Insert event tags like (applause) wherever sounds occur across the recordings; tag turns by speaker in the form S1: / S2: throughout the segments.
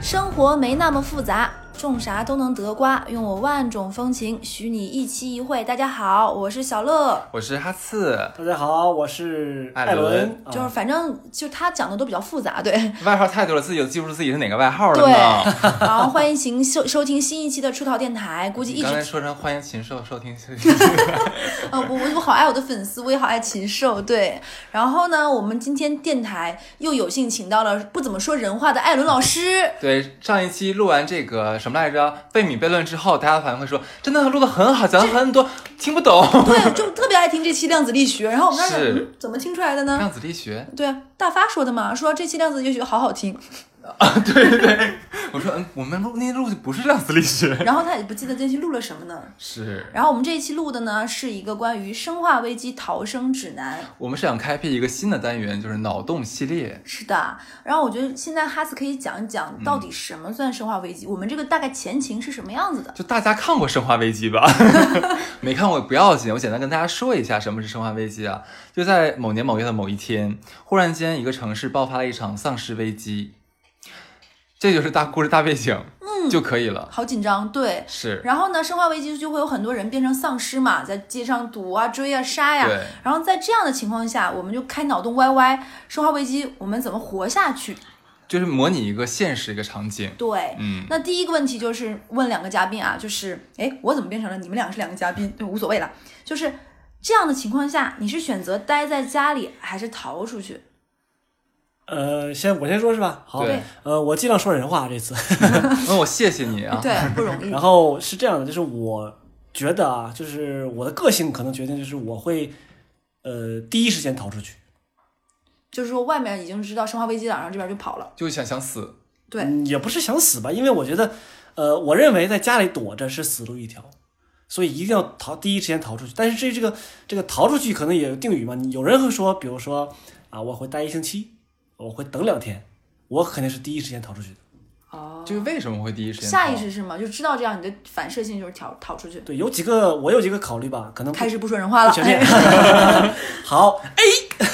S1: 生活没那么复杂，种啥都能得瓜。用我万种风情，许你一期一会。大家好，我是小乐。
S2: 我是哈刺，
S3: 大家好，我是艾伦，
S1: 就
S3: 啊
S1: 是反正就他讲的都比较复杂，对。
S2: 外号太多了，自己都记不住自己是哪个外号了呢。
S1: (laughs) 然后欢迎请收收听新一期的出逃电台，估计一
S2: 你刚才
S1: 直
S2: 说成欢迎禽兽 (laughs) 收听，是
S1: 呃我我我好爱我的粉丝，我也好爱禽兽，对。然后呢，我们今天电台又有幸请到了不怎么说人话的艾伦老师，
S2: (laughs) 对上一期录完这个什么来着贝米悖论之后，大家反馈说真的录的很好，讲了很多，听不懂。 (laughs)
S1: 对，就特别爱听这期量子力学。然后我们当时
S2: 是
S1: 嗯怎么听出来的呢？
S2: 量子力学，
S1: 对啊，大发说的嘛，说这期量子力学好好听。
S2: 我说嗯，我们录那录的不是量子力学， (laughs)
S1: 然后他也不记得这期录了什么呢。
S2: 是
S1: 然后我们这一期录的呢，是一个关于《生化危机逃生指南》。
S2: 我们是想开辟一个新的单元，就是脑洞系列。
S1: 是的，然后我觉得现在哈斯可以讲一讲到底什么算生化危机，我们这个大概前情是什么样子的。
S2: 就大家看过《生化危机》吧？ (laughs) 没看过也不要紧，我简单跟大家说一下什么是《生化危机》啊。就在某年某月的某一天，忽然间一个城市爆发了一场丧尸危机，这就是大故事大背景，嗯，就可以了。
S1: 好紧张，对。
S2: 是，
S1: 然后呢，生化危机就会有很多人变成丧尸嘛，在街上堵啊、追啊、杀呀、
S2: 对
S1: 然后在这样的情况下，我们就开脑洞 YY，生化危机我们怎么活下去？
S2: 就是模拟一个现实一个场景，
S1: 对，
S2: 嗯，
S1: 那第一个问题就是问两个嘉宾啊，就是哎，我怎么变成了你们两个是两个嘉宾，对，无所谓了。就是这样的情况下，你是选择待在家里还是逃出
S2: (laughs)
S1: 去？
S3: 呃，先我先说是吧？好
S2: 对，
S3: 呃，我尽量说人话这次。 (laughs)
S2: 那我谢谢你
S1: (laughs)
S2: 啊，
S1: 对，不容易
S3: 然。后是这样的，就是我觉得啊，就是我的个性可能决定就是我会，呃，第一时间逃出去。
S1: 就是说外面已经知道生化危机了，然后这边就跑了。
S2: 就想想死，
S1: 对
S3: 嗯，也不是想死吧，因为我觉得，呃，我认为在家里躲着是死路一条，所以一定要逃，第一时间逃出去。但是这这个这个逃出去可能也有定语嘛，你有人会说，比如说啊，我会待一星期，我会等两天，我肯定是第一时间逃出去的。
S1: 哦，
S2: 就是为什么会第一时间
S1: 下意
S2: 跑嗯
S1: 识是吗？就知道这样，你的反射性就是逃逃出去。
S3: 对，有几个我有几个考虑吧，可能不
S1: 开始不说人话了，
S3: 全面 (laughs)
S1: 哎
S3: 好 A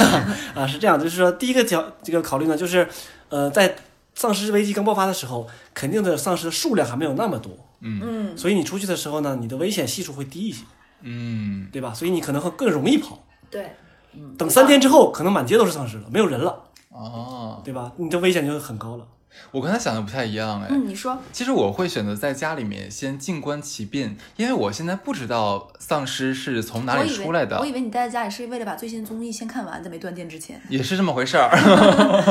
S3: (laughs) 啊，是这样，就是说第一个角这个考虑呢，就是呃，在丧尸危机刚爆发的时候，肯定的丧尸的数量还没有那么多，
S1: 嗯，
S3: 所以你出去的时候呢，你的危险系数会低一些，
S2: 嗯，
S3: 对吧？所以你可能会更容易跑。
S1: 对，嗯
S3: 等三天之后，可能满街都是丧尸了，没有人了，
S2: 哦，
S3: 对吧？你的危险就很高了。
S2: 我跟他想的不太一样哎，
S1: 嗯，你说，
S2: 其实我会选择在家里面先静观其变，因为我现在不知道丧尸是从哪
S1: 我
S2: 里
S1: 以为
S2: 出来
S1: 我
S2: 的，
S1: 以为你待在家里是为了把最新综艺先看完，在没断电之前。
S2: 也是这么回事儿。 (laughs)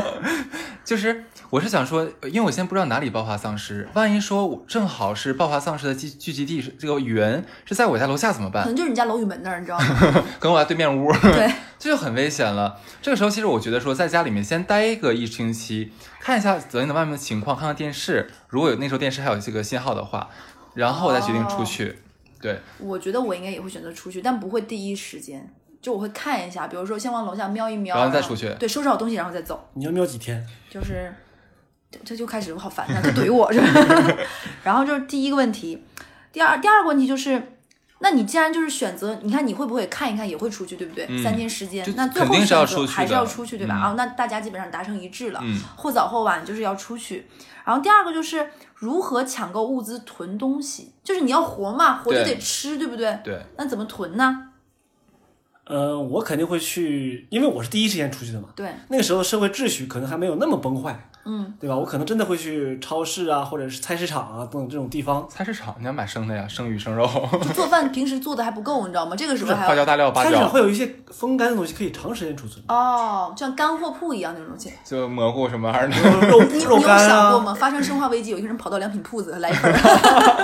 S2: 就是我是想说，因为我现在不知道哪里爆发丧尸，万一说我正好是爆发丧尸的聚聚集地是这个源是在我家楼下怎么
S1: 可
S2: 办？
S1: 能就是你家楼宇门那儿，你知道吗？
S2: 可能我家对面屋，
S1: 对，
S2: (laughs) 这就很危险了。这个时候，其实我觉得说，在家里面先待个一星期，看一下昨天的外面的情况，看看电视，如果有那时候电视还有这个信号的话，然后我再决定
S1: 哦
S2: 出去。对，
S1: 我觉得我应该也会选择出去，但不会第一时间，就我会看一下，比如说先往楼下瞄一瞄，
S2: 然后再出去
S1: 对，收拾好东西然后再走，
S3: 你要瞄几天？
S2: (laughs)
S1: 就是这这就开始我好烦啊，他怼我是 (laughs) 吧？然后就是第一个问题，第二第二个问题就是，那你既然就是选择，你看你会不会看一看也会出去，对不对？
S2: 嗯
S1: 三天时间
S2: 就，
S1: 那最后
S2: 肯定是要
S1: 选择
S2: 出去的
S1: 还是要出去，对吧？
S2: 嗯
S1: 啊，那大家基本上达成一致了，
S2: 嗯
S1: 或早或晚就是要出去。然后第二个就是如何抢购物资、囤东西，就是你要活嘛，活就
S2: 对
S1: 得吃，对不对？
S2: 对。
S1: 那怎么囤呢？
S3: 呃，我肯定会去，因为我是第一时间出去的嘛。
S1: 对，
S3: 那个时候社会秩序可能还没有那么崩坏，
S1: 嗯，
S3: 对吧？我可能真的会去超市啊，或者是菜市场啊等等这种地方。
S2: 菜市场你要买生的呀，生鱼生
S3: (laughs)
S2: 肉，
S1: 就做饭平时做的还不够，你知 (laughs) 道吗？这个时候还
S2: 花
S1: 要
S2: 椒大料
S3: 菜
S2: 八
S3: 市场
S2: 角，
S3: 会有一些风干的东西可以长时间储
S1: (laughs)
S3: 存，
S1: 哦，像干货铺一样那种东西。
S2: 就蘑菇什么玩意
S3: 比
S2: 儿的。
S3: 如肉
S1: 你你
S3: 肉
S1: 有
S3: 干
S1: 想过
S3: 啊，
S1: 吗？发生生化危机，有一个人跑到良品铺子 (laughs) 来一份儿。
S3: (laughs)
S2: (laughs)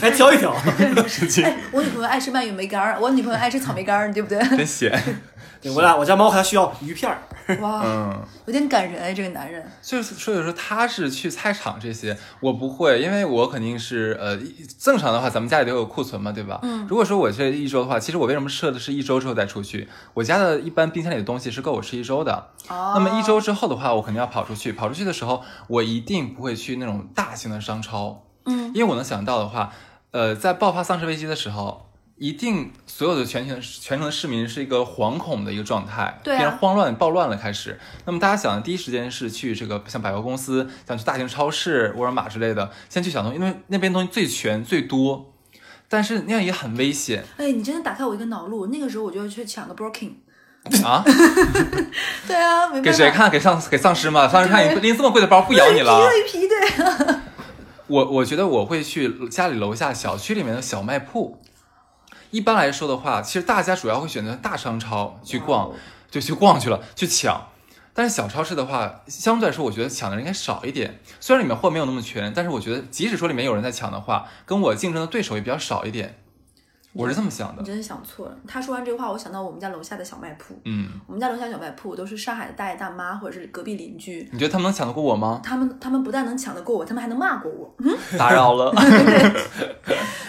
S3: 还挑
S1: (laughs)
S3: 一挑。
S1: 哎，我女朋友爱吃蔓越莓干儿，我女朋友爱吃草莓干儿，对不对？
S2: 真咸，
S3: (laughs) 对我俩我家猫还需要鱼片儿，
S1: 哇，
S2: 嗯，
S1: 有点感人哎，这个男人。
S2: 所以所以说他是去菜场这些，我不会，因为我肯定是呃正常的话，咱们家里都有库存嘛，对吧？嗯，如果说我这一周的话，其实我为什么设的是一周之后再出去？我家的一般冰箱里的东西是够我吃一周的，
S1: 哦，
S2: 那么一周之后的话，我肯定要跑出去。跑出去的时候，我一定不会去那种大型的商超，
S1: 嗯，
S2: 因为我能想到的话，呃，在爆发丧尸危机的时候，一定所有的全城全城的市民是一个惶恐的一个状态，
S1: 对啊
S2: 变成慌乱暴乱了开始。那么大家想的第一时间是去这个像百货公司，想去大型超市、沃尔玛之类的，先去小东西，因为那边东西最全最多，但是那样也很
S1: (laughs)
S2: 危险
S1: 哎，你真的打开我一个脑路。那个时候我就要去抢个 Birkin。
S2: 啊！
S1: 对啊，没办法。
S2: 给谁？看？给丧给丧尸吗？丧尸看你
S1: 对
S2: 拎这么贵的包不咬你
S1: (laughs)
S2: 了。
S1: 一批的。
S2: 我我觉得我会去家里楼下小区里面的小卖铺。一般来说的话，其实大家主要会选择大商超去逛，
S1: 哦
S2: 就去逛去了，去抢。但是小超市的话，相对来说，我觉得抢的人应该少一点。虽然里面货没有那么全，但是我觉得即使说里面有人在抢的话，跟我竞争的对手也比较少一点。我是这么想
S1: 你
S2: 的。
S1: 真的想错了。他说完这话，我想到我们家楼下的小卖铺。
S2: 嗯，
S1: 我们家楼下小卖铺都是上海的大爷大妈或者是隔壁邻居，
S2: 你觉得他们能抢得过
S1: (laughs)
S2: 我吗？
S1: 他们他们不但能抢得过我，他们还能骂过我。 (laughs)
S2: 打扰了，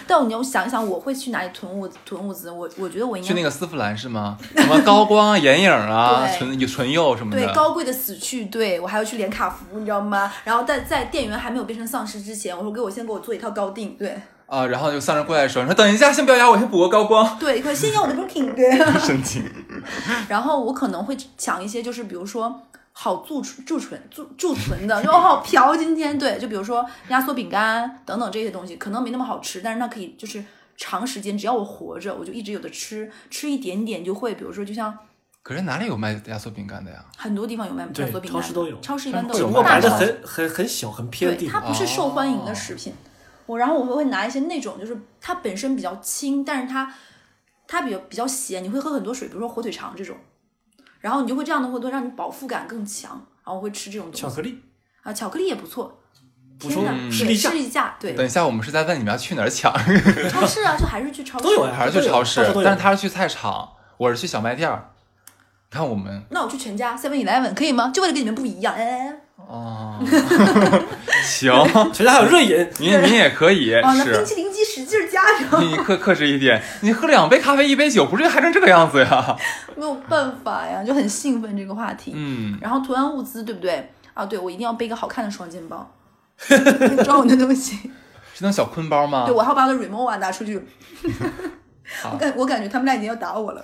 S1: 但你要想一想，我会去哪里囤物囤物资？我我觉得我应
S2: (laughs) 去
S1: 该
S2: 那个丝芙兰是吗？什么高光啊、眼影啊、
S1: 对
S2: 唇唇釉什么的。
S1: 对高贵的死去，对我还要去连卡服，你知道吗？然后在在店员还没有变成丧尸之前，我说给我先给我做一套高定，对
S2: 啊，然后就丧尸过来说：“你说等一下，先不要压我，先补个高光。
S1: 对，快先要我的 Birkin，对。” (laughs)
S2: (laughs) 神经。
S1: 然后我可能会抢一些，就是比如说好贮存、贮存、贮贮存的，就哦好瓢今天对，就比如说压缩饼干等等这些东西，可能没那么好吃，但是它可以就是长时间，只要我活着，我就一直有的吃，吃一点点就会，比如说就像
S2: 可是哪里有卖压缩饼干的呀？
S1: 很多地方有卖
S3: 对
S1: 压缩饼
S3: 超
S1: 干，
S3: 市都有
S1: 超市一般都
S3: 只
S1: 有
S3: 不过
S1: 大
S3: 摆的
S1: 超市
S3: 很很很小，很偏的
S1: 对，
S3: 地
S1: 它
S3: 方。
S1: 不是受欢迎的
S2: 哦
S1: 食品。我然后我会拿一些那种，就是它本身比较轻，但是它它比较比较咸，你会喝很多水，比如说火腿肠这种，然后你就会这样的会多让你饱腹感更强，然后我会吃这种
S3: 巧
S1: 东西
S3: 克力
S1: 啊，巧克力也不错。
S3: 补
S1: 天
S3: 充
S1: 哪，
S2: 视
S1: 对
S3: 嗯力价
S1: 视力价，对，
S2: 等一下，我们是在问你们要去哪儿抢，
S1: 超市啊，就还是去超市
S3: 都有呀
S2: (laughs) 还是去超市
S3: 到处都？有
S2: 但是他是去菜场，我是去小卖店儿。看我们
S1: 那我去全家 Seven Eleven 可以吗？就为了跟你们不一样，哎哎，
S2: 哦， (laughs) 行，
S3: 全家还有热饮，
S2: 您您也可以
S1: 哎哦，那冰
S2: 是，
S1: 淇淋机使劲儿加，然后
S2: 你克克制一点，你喝两杯咖啡一杯酒，不至于嗨成这个样子 (laughs) 呀。
S1: 没有办法呀，就很兴奋这个话题。
S2: 嗯，
S1: 然后囤完物资，对不对？啊，对，我一定要背一个好看的双肩包， (laughs) 装我的东
S2: (laughs)
S1: 西。
S2: 是那种小坤包吗
S1: 对，？我还要把我的 Remova 拿
S2: (laughs)
S1: 出去。
S2: 好
S1: 我感我感觉他们俩已经要打我了。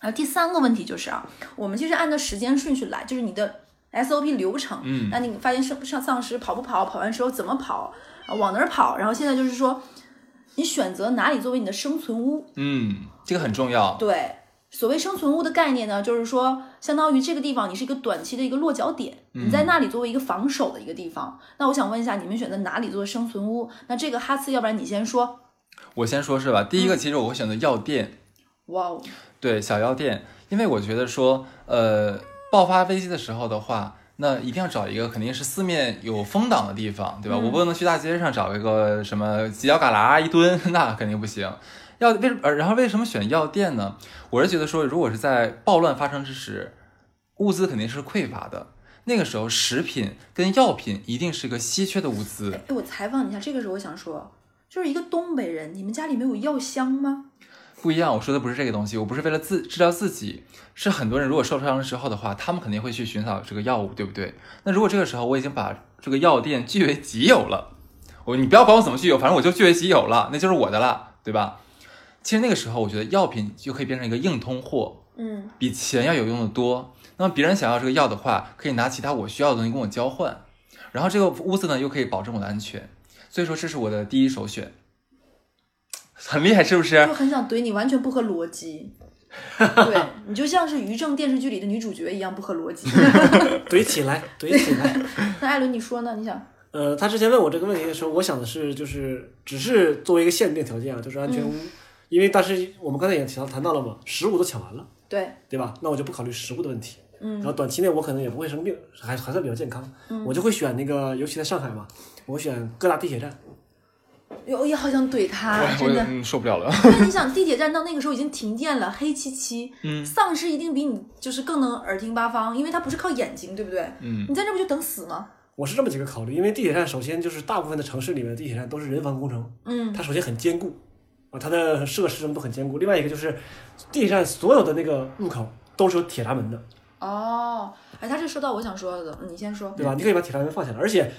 S1: 然后第三个问题就是啊，我们其实按照时间顺序来，就是你的 SOP 流程。
S2: 嗯
S1: 那你发现上上丧尸跑不跑，跑完之后怎么跑，啊往哪儿跑？然后现在就是说，你选择哪里作为你的生存屋，
S2: 嗯，这个很重要。
S1: 对，所谓生存屋的概念呢，就是说，相当于这个地方你是一个短期的一个落脚点，你在那里作为一个防守的一个地方。那我想问一下，你们选择哪里做生存屋？那这个哈次，要不然你先说。
S2: 我先说是吧，第一个其实我会选择药店，
S1: 哇哦，
S2: 对小药店，因为我觉得说，呃，爆发危机的时候的话，那一定要找一个肯定是四面有风挡的地方，对吧？我不能去大街上找一个什么犄角旮旯一蹲， (laughs) 那肯定不行。药为呃，然后为什么选药店呢？我是觉得说，如果是在暴乱发生之时，物资肯定是匮乏的，那个时候食品跟药品一定是个稀缺的物资。
S1: 哎，我采访你一下，这个时候我想说，就是一个东北人，你们家里没有药箱吗？
S2: 不一样，我说的不是这个东西，我不是为了自治疗自己，是很多人如果受伤之后的话，他们肯定会去寻找这个药物，对不对？那如果这个时候我已经把这个药店据为己有了，我你不要管我怎么据有，反正我就据为己有了，那就是我的了，对吧？其实那个时候，我觉得药品就可以变成一个硬通货，
S1: 嗯，
S2: 比钱要有用的多。那么别人想要这个药的话，可以拿其他我需要的东西跟我交换，然后这个屋子呢又可以保证我的安全，所以说这是我的第一首选，很厉害是不是？
S1: 就很想怼你，完全不合逻辑。对你就像是于正电视剧里的女主角一样不合逻辑。 (laughs)
S3: 怼起来，怼起来。
S1: 那艾伦，你说呢？你想，
S3: 呃，他之前问我这个问题的时候，我想的是，就是只是作为一个限定条件啊，就是安全屋，
S1: 嗯
S3: 因为当时我们刚才也提到谈到了嘛，食物都抢完了，
S1: 对，
S3: 对吧？那我就不考虑食物的问题，然
S1: 嗯
S3: 后短期内我可能也不会生病，还还算比较健康，我就会选那个，尤其在上海嘛，我会选各大地铁站，
S1: 我也好想怼他，
S2: 我
S1: 啊真
S2: 我
S1: 的。
S2: 嗯受不
S1: (laughs)
S2: 了了。
S1: 那你想，地铁站到那个时候已经停电了，黑漆漆，
S2: 嗯
S1: 丧尸一定比你就是更能耳听八方，因为它不是靠眼睛，对不对？
S2: 嗯，
S1: 你在这不就等死吗？
S3: 我是这么几个考虑，因为地铁站首先就是大部分的城市里面的地铁站都是人防工程，
S1: 嗯，
S3: 它首先很坚固啊，它的设施什么都很坚固。另外一个就是地铁站所有的那个入口都是有铁闸门的，
S1: 哦，哎，他这说到我想说的，嗯你先说。
S3: 对吧？你可以把铁闸门放下来，而且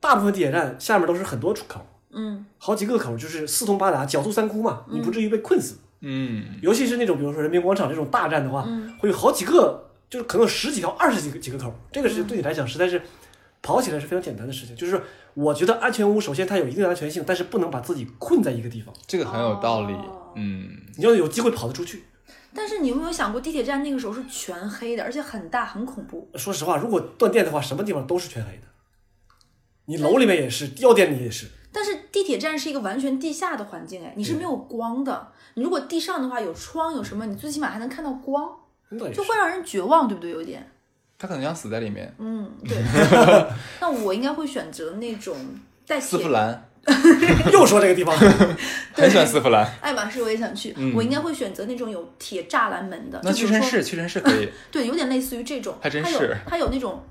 S3: 大部分地铁站下面都是很多出口，
S1: 嗯
S3: 好几个口就是四通八达、狡兔三窟嘛，你不至于被困死。
S2: 嗯
S3: 尤其是那种比如说人民广场这种大战的话，
S1: 嗯
S3: 会有好几个，就是可能有十几条、二十几个几个口儿，这个是对你来讲实在是跑起来是非常简单的事情。就是我觉得安全屋首先它有一定的安全性，但是不能把自己困在一个地方，
S2: 这个很有道理
S1: 哦。
S2: 嗯，
S3: 你要有机会跑得出去。
S1: 但是你有没有想过，地铁站那个时候是全黑的，而且很大，很恐怖。
S3: 说实话，如果断电的话，什么地方都是全黑的，你楼里面也是，药店里也是。
S1: 但是地铁站是一个完全地下的环境，哎，你是没有光的。你如果地上的话，有窗有什么，你最起码还能看到光，
S3: 那也是
S1: 就会让人绝望，对不对？有点，
S2: 他可能想死在里面。
S1: 嗯，
S2: (laughs)
S1: 对。那我应该会选择那种带
S2: 丝
S1: 铁
S2: 芙兰，
S3: 又说这个地方，
S2: 很喜欢丝芙
S1: (laughs)
S2: 兰。
S1: 爱马仕我也想去，我应该会选择那种有铁栅栏门的，
S2: 嗯那
S1: 就比
S2: 屈
S1: 如
S2: 臣
S1: 说
S2: 氏，屈臣氏可以。
S1: 对，有点类似于这种，
S2: 还真
S1: 它有
S2: 是
S1: 它有那种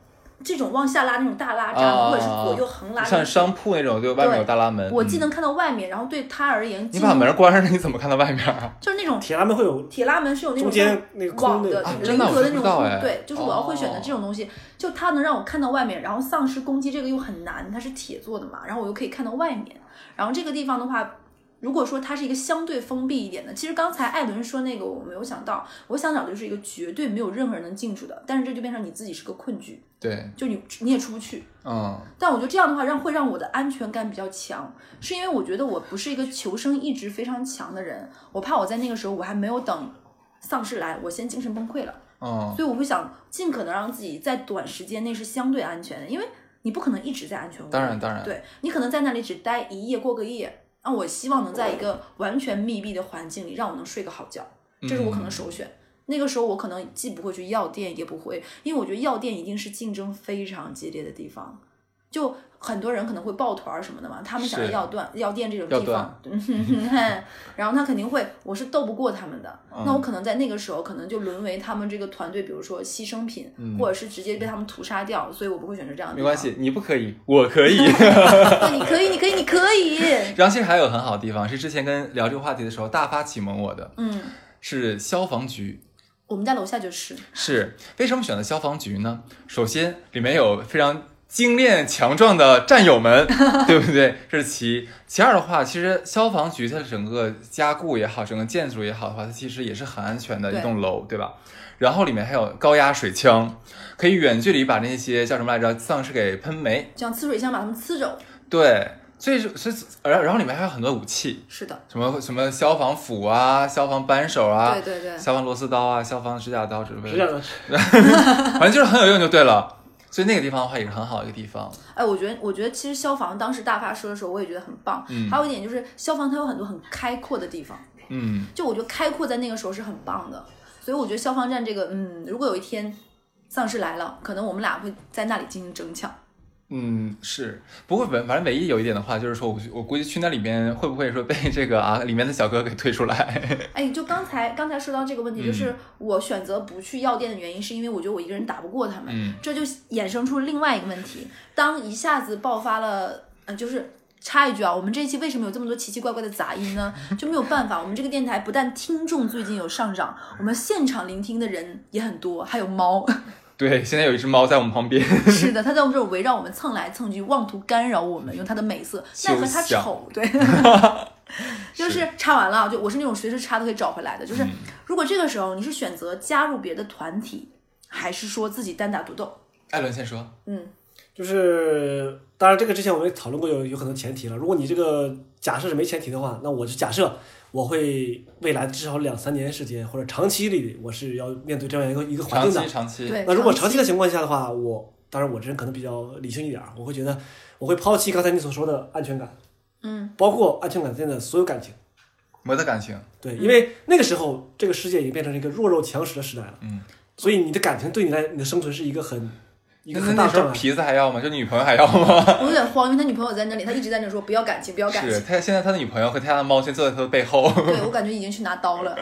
S1: 这种往下拉那种大拉闸，
S2: 啊
S1: 或者是左右横 (laughs) 拉那
S2: 像
S1: 种。
S2: 商铺那种，就外面有大拉门。
S1: 我既
S2: 嗯
S1: 能看到外面，然后对他而言，
S2: 你
S1: 进
S2: 把
S1: 入
S2: 门关上，你怎么看到外面啊？
S1: 就是那种
S3: 铁栏门会有
S1: 铁拉门是有那种
S3: 中间那个
S1: 网
S3: 空
S1: 的
S3: 的
S2: 啊
S1: 人
S2: 真的我
S1: 格的
S2: 都
S1: 那种
S2: 不知道
S1: 空
S2: 哎
S1: 对，就是我要会选择
S2: 哦
S1: 这种东西，就它能让我看到外面，然后丧尸攻击这个又很难，它是铁做的嘛，然后我又可以看到外面，然后这个地方的话。如果说它是一个相对封闭一点的，其实刚才艾伦说那个我没有想到，我想找就是一个绝对没有任何人能进去的，但是这就变成你自己是个困局，
S2: 对，
S1: 就你你也出不去，
S2: 嗯，
S1: 但我觉得这样的话让会让我的安全感比较强，是因为我觉得我不是一个求生意志非常强的人，我怕我在那个时候我还没有等丧尸来，我先精神崩溃了，
S2: 嗯，
S1: 所以我会想尽可能让自己在短时间内是相对安全的，因为你不可能一直在安全屋，
S2: 当然，当然，
S1: 对你可能在那里只待一夜过个夜。那我希望能在一个完全密闭的环境里，让我能睡个好觉，
S2: 嗯
S1: 这是我可能首选。那个时候我可能既不会去药店，也不会，因为我觉得药店一定是竞争非常激烈的地方，就很多人可能会抱团儿什么的嘛，他们想要
S2: 是
S1: 药段药店这种
S2: 药
S1: 地方， (laughs) 然后他肯定会，我是斗不过他们的，
S2: 嗯
S1: 那我可能在那个时候可能就沦为他们这个团队，比如说牺牲品，或者是直接被他们屠杀掉，所以我不会选择这样的。
S2: 嗯没关，系，你不可以，我
S1: (laughs)
S2: 可以。
S1: 对，你可以，你可以，你可以， (laughs)
S2: 然后其实还有很好的地方是，之前跟聊这个话题的时候，大发启蒙我的
S1: 嗯。
S2: 是消防局。
S1: 我们家楼下就是，
S2: 是为什么选择消防局呢？首先，里面有非常精炼强壮的战友们， (laughs) 对不对？这是其一。其二的话，其实消防局它的整个加固也好，整个建筑也好的话，它其实也是很安全的
S1: 对
S2: 一栋楼，对吧？然后里面还有高压水枪，可以远距离把那些叫什么来着丧尸给喷没。
S1: 就像呲水枪把他们呲走。
S2: 对，所以是所以然后然后里面还有很多武器，
S1: 是的，
S2: 什么什么消防斧啊、消防扳手啊
S1: 对、对对，
S2: 消防螺丝刀啊、消防指甲刀之类的。
S3: 是这样的，
S2: (laughs) 反正就是很有用就对了。所以那个地方的话也是很好的一个地方，
S1: 哎，我觉得我觉得其实消防当时大发说的时候，我也觉得很棒。还有一点就是消防它有很多很开阔的地方，
S2: 嗯，
S1: 就我觉得开阔在那个时候是很棒的。所以我觉得消防站这个，嗯，如果有一天丧尸来了，可能我们俩会在那里进行争抢。
S2: 嗯，是。不过反反正唯一有一点的话，就是说我我估计去那里面会不会说被这个啊里面的小哥给推出来？ (laughs)
S1: 哎，就刚才刚才说到这个问题，就是我选择不去药店的原因，是因为我觉得我一个人打不过他们。
S2: 嗯
S1: 这就衍生出另外一个问题：当一下子爆发了，呃，就是插一句啊，我们这一期为什么有这么多奇奇怪怪的杂音呢？就没有办法，我们这个电台不但听众最近有上涨，我们现场聆听的人也很多，还有猫。
S2: 对，现在有一只猫在我们旁边，
S3: (laughs)
S1: 是的，它在我们这儿围绕我们蹭来蹭去，妄图干扰我
S3: 嗯
S1: 们，用它的美色，奈何它
S2: 休想
S1: 丑，
S3: (laughs)
S1: 对。就是插完了啊，就我是那种随时插都可以找回来的。
S3: 嗯
S1: 就是如果这个时候你是选择加入别的团体，还是说自己单打独斗？
S2: 艾伦先说，
S1: 嗯，
S3: 就是当然这个之前我们也讨论过有有很多前提了。如果你这个假设是没前提的话，那我就假设我会未来至少两三年时间或者长期里，我是要面对这样一个一个环
S2: 长
S3: 境的
S2: 期。长期，
S1: 对。
S3: 嗯那如果
S1: 长
S3: 长
S1: 期
S3: 期的情况下的话，我当然我这人可能比较理性一点儿，我会觉得我会抛弃刚才你所说的安全感，
S1: 嗯，
S3: 包括安全感间的所有感情。
S2: 没得感情，
S1: 嗯
S3: 对，因为那个时候这个世界已经变成了一个弱肉强食的时代了，
S2: 嗯，
S3: 所以你的感情对你来你的生存是一个很
S2: 那
S3: 一个
S2: 那
S3: 很大
S2: 那
S3: 的
S2: 时
S3: 障
S2: 候
S3: 碍。
S2: 皮子还要吗？就女朋友还
S1: (laughs)
S2: 要吗？
S1: 我有点慌，因为他女朋友在那里，他一直在那说不要感情，不要感
S2: 是
S1: 情。
S2: 他现在他的女朋友和他的猫先坐在他的背后， (laughs)
S1: 对我感觉已经去拿刀了。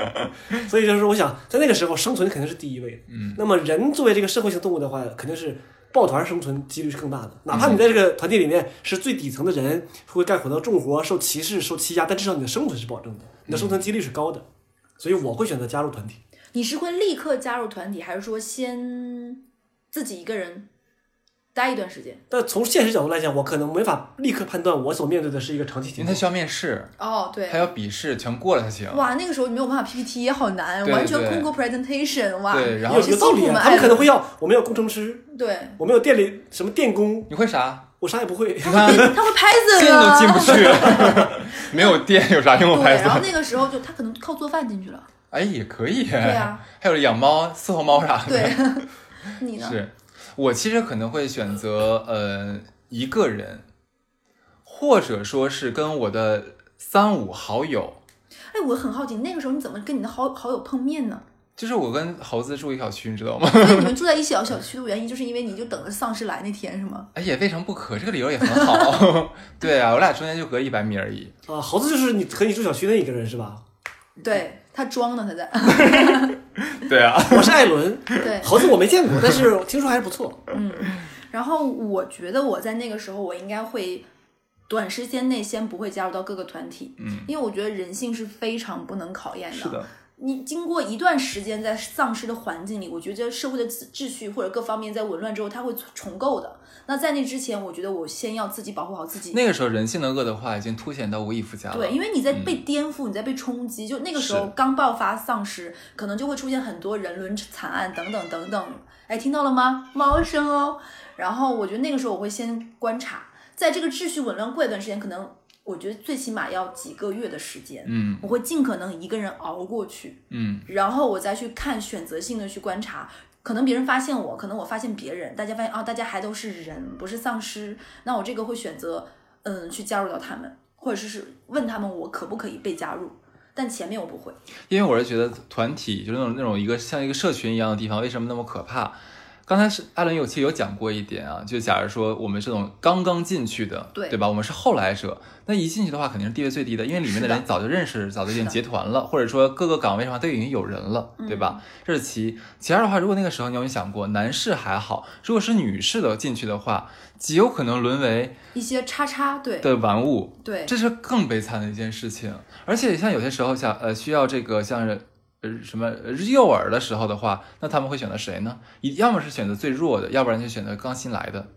S3: 所以就是我想，在那个时候生存肯定是第一位的。
S2: 嗯，
S3: 那么人作为这个社会性动物的话，肯定是抱团生存几率是更大的。哪怕
S2: 嗯
S3: 你在这个团体里面是最底层的人，会干很多重活、受歧视、受欺压，但至少你的生存是保证的，你的生存
S2: 嗯
S3: 几率是高的。所以我会选择加入团体。
S1: 你是会立刻加入团体，还是说先自己一个人待一段时间。
S3: 但从现实角度来讲，我可能没法立刻判断我所面对的是一个长期
S2: 因为
S3: 情
S2: 他
S3: 况。
S2: 需要面试，
S1: 哦，对
S2: 他，要笔试，全过了才行。
S1: 哇，那个时候你没有办法 PPT 也好难，
S2: 啊对
S1: 完全
S2: 对
S1: 空口 presentation，哇，
S2: 对然后
S1: 有
S3: 有
S1: 些
S3: 有道
S1: 新部
S3: 理
S1: 门
S3: 啊，他们可能会
S1: 要
S3: 要我没有工程师，
S1: 对，
S3: 我没有电力什么电工，
S2: 你会啥？
S3: 我啥也不会。 (laughs)
S2: 你看
S1: 他会 Python
S2: 进都
S1: 啊，
S2: 进不去， (laughs) 没有电有啥用啊
S1: 对，然后
S2: ？Python？
S1: 那个时候就他可能靠做饭进去
S2: (laughs)
S1: 了，
S2: 哎，也可以。对
S1: 对啊，
S2: (laughs) 还有养猫、伺候猫啥的。 (laughs)
S1: 对，你呢？
S2: 是我其实可能会选择呃一个人，或者说是跟我的三五好友，
S1: 哎，我很好奇，那个时候你怎么跟你的好好友碰面呢？
S2: 就是我跟猴子住一小区，你知道吗？ (laughs)
S1: 所以你们住在一小小区的原因，就是因为你就等着丧尸来那天是吗？
S2: 哎，也未尝不可，这个理由也很
S1: (laughs)
S2: 好。 (laughs) 对啊，我俩中间就隔一百米而已。
S3: 啊，猴子就是你和你住小区那一个人是吧？
S1: 对他装呢，他在。 (laughs)
S2: 对啊，
S3: 我是艾伦，
S1: 对，
S3: 猴子我没见过，但是听说还是不 (laughs) 错。
S1: 然后我觉得我在那个时候，我应该会短时间内先不会加入到各个团体，
S2: 嗯，
S1: 因为我觉得人性是非常不能考验的。
S2: 是的，
S1: 你经过一段时间在丧失的环境里，我觉得社会的秩秩序或者各方面在紊乱之后，它会重构的。那在那之前，我觉得我先要自己保护好自己。
S2: 那个时候人性的恶的话已经凸显到无以复加了。
S1: 对，因为你在被颠覆，你在被冲击，就那个时候
S2: 是
S1: 刚爆发丧尸，可能就会出现很多人伦惨案等等等等。哎，听到了吗？猫声哦。然后我觉得那个时候我会先观察，在这个秩序紊乱过一段时间，可能我觉得最起码要几个月的时间，
S2: 嗯
S1: 我会尽可能一个人熬过去。
S2: 嗯，
S1: 然后我再去看选择性的去观察，可能别人发现我，可能我发现别人，大家发现啊，大家还都是人，不是丧尸，那我这个会选择嗯去加入到他们，或者是是问他们我可不可以被加入，但前面我不会，
S2: 因为我是觉得团体就是那种那种一个像一个社群一样的地方，为什么那么可怕？刚才是艾伦有其实有讲过一点啊，就假如说我们这种刚刚进去的，
S1: 对
S2: 吧？我们是后来者，那一进去的话肯定是地位最低的，因为里面的
S1: 是的
S2: 人早就认识，早就已经
S1: 是的嗯
S2: 结团了，或者说各个岗位上都已经有人了，对吧？这是其一。其二的话，如果那个时候你有没有想过，男士还好，如果是女士的进去的话，极有可能沦为
S1: 一些叉叉，对
S2: 的玩物，
S1: 对
S2: 这是更悲惨的一件事情。而且像有些时候像呃需要这个像是呃什么呃诱饵的时候的话，那他们会选择谁呢？一要么是选择最弱的，要不然就选择刚新来的。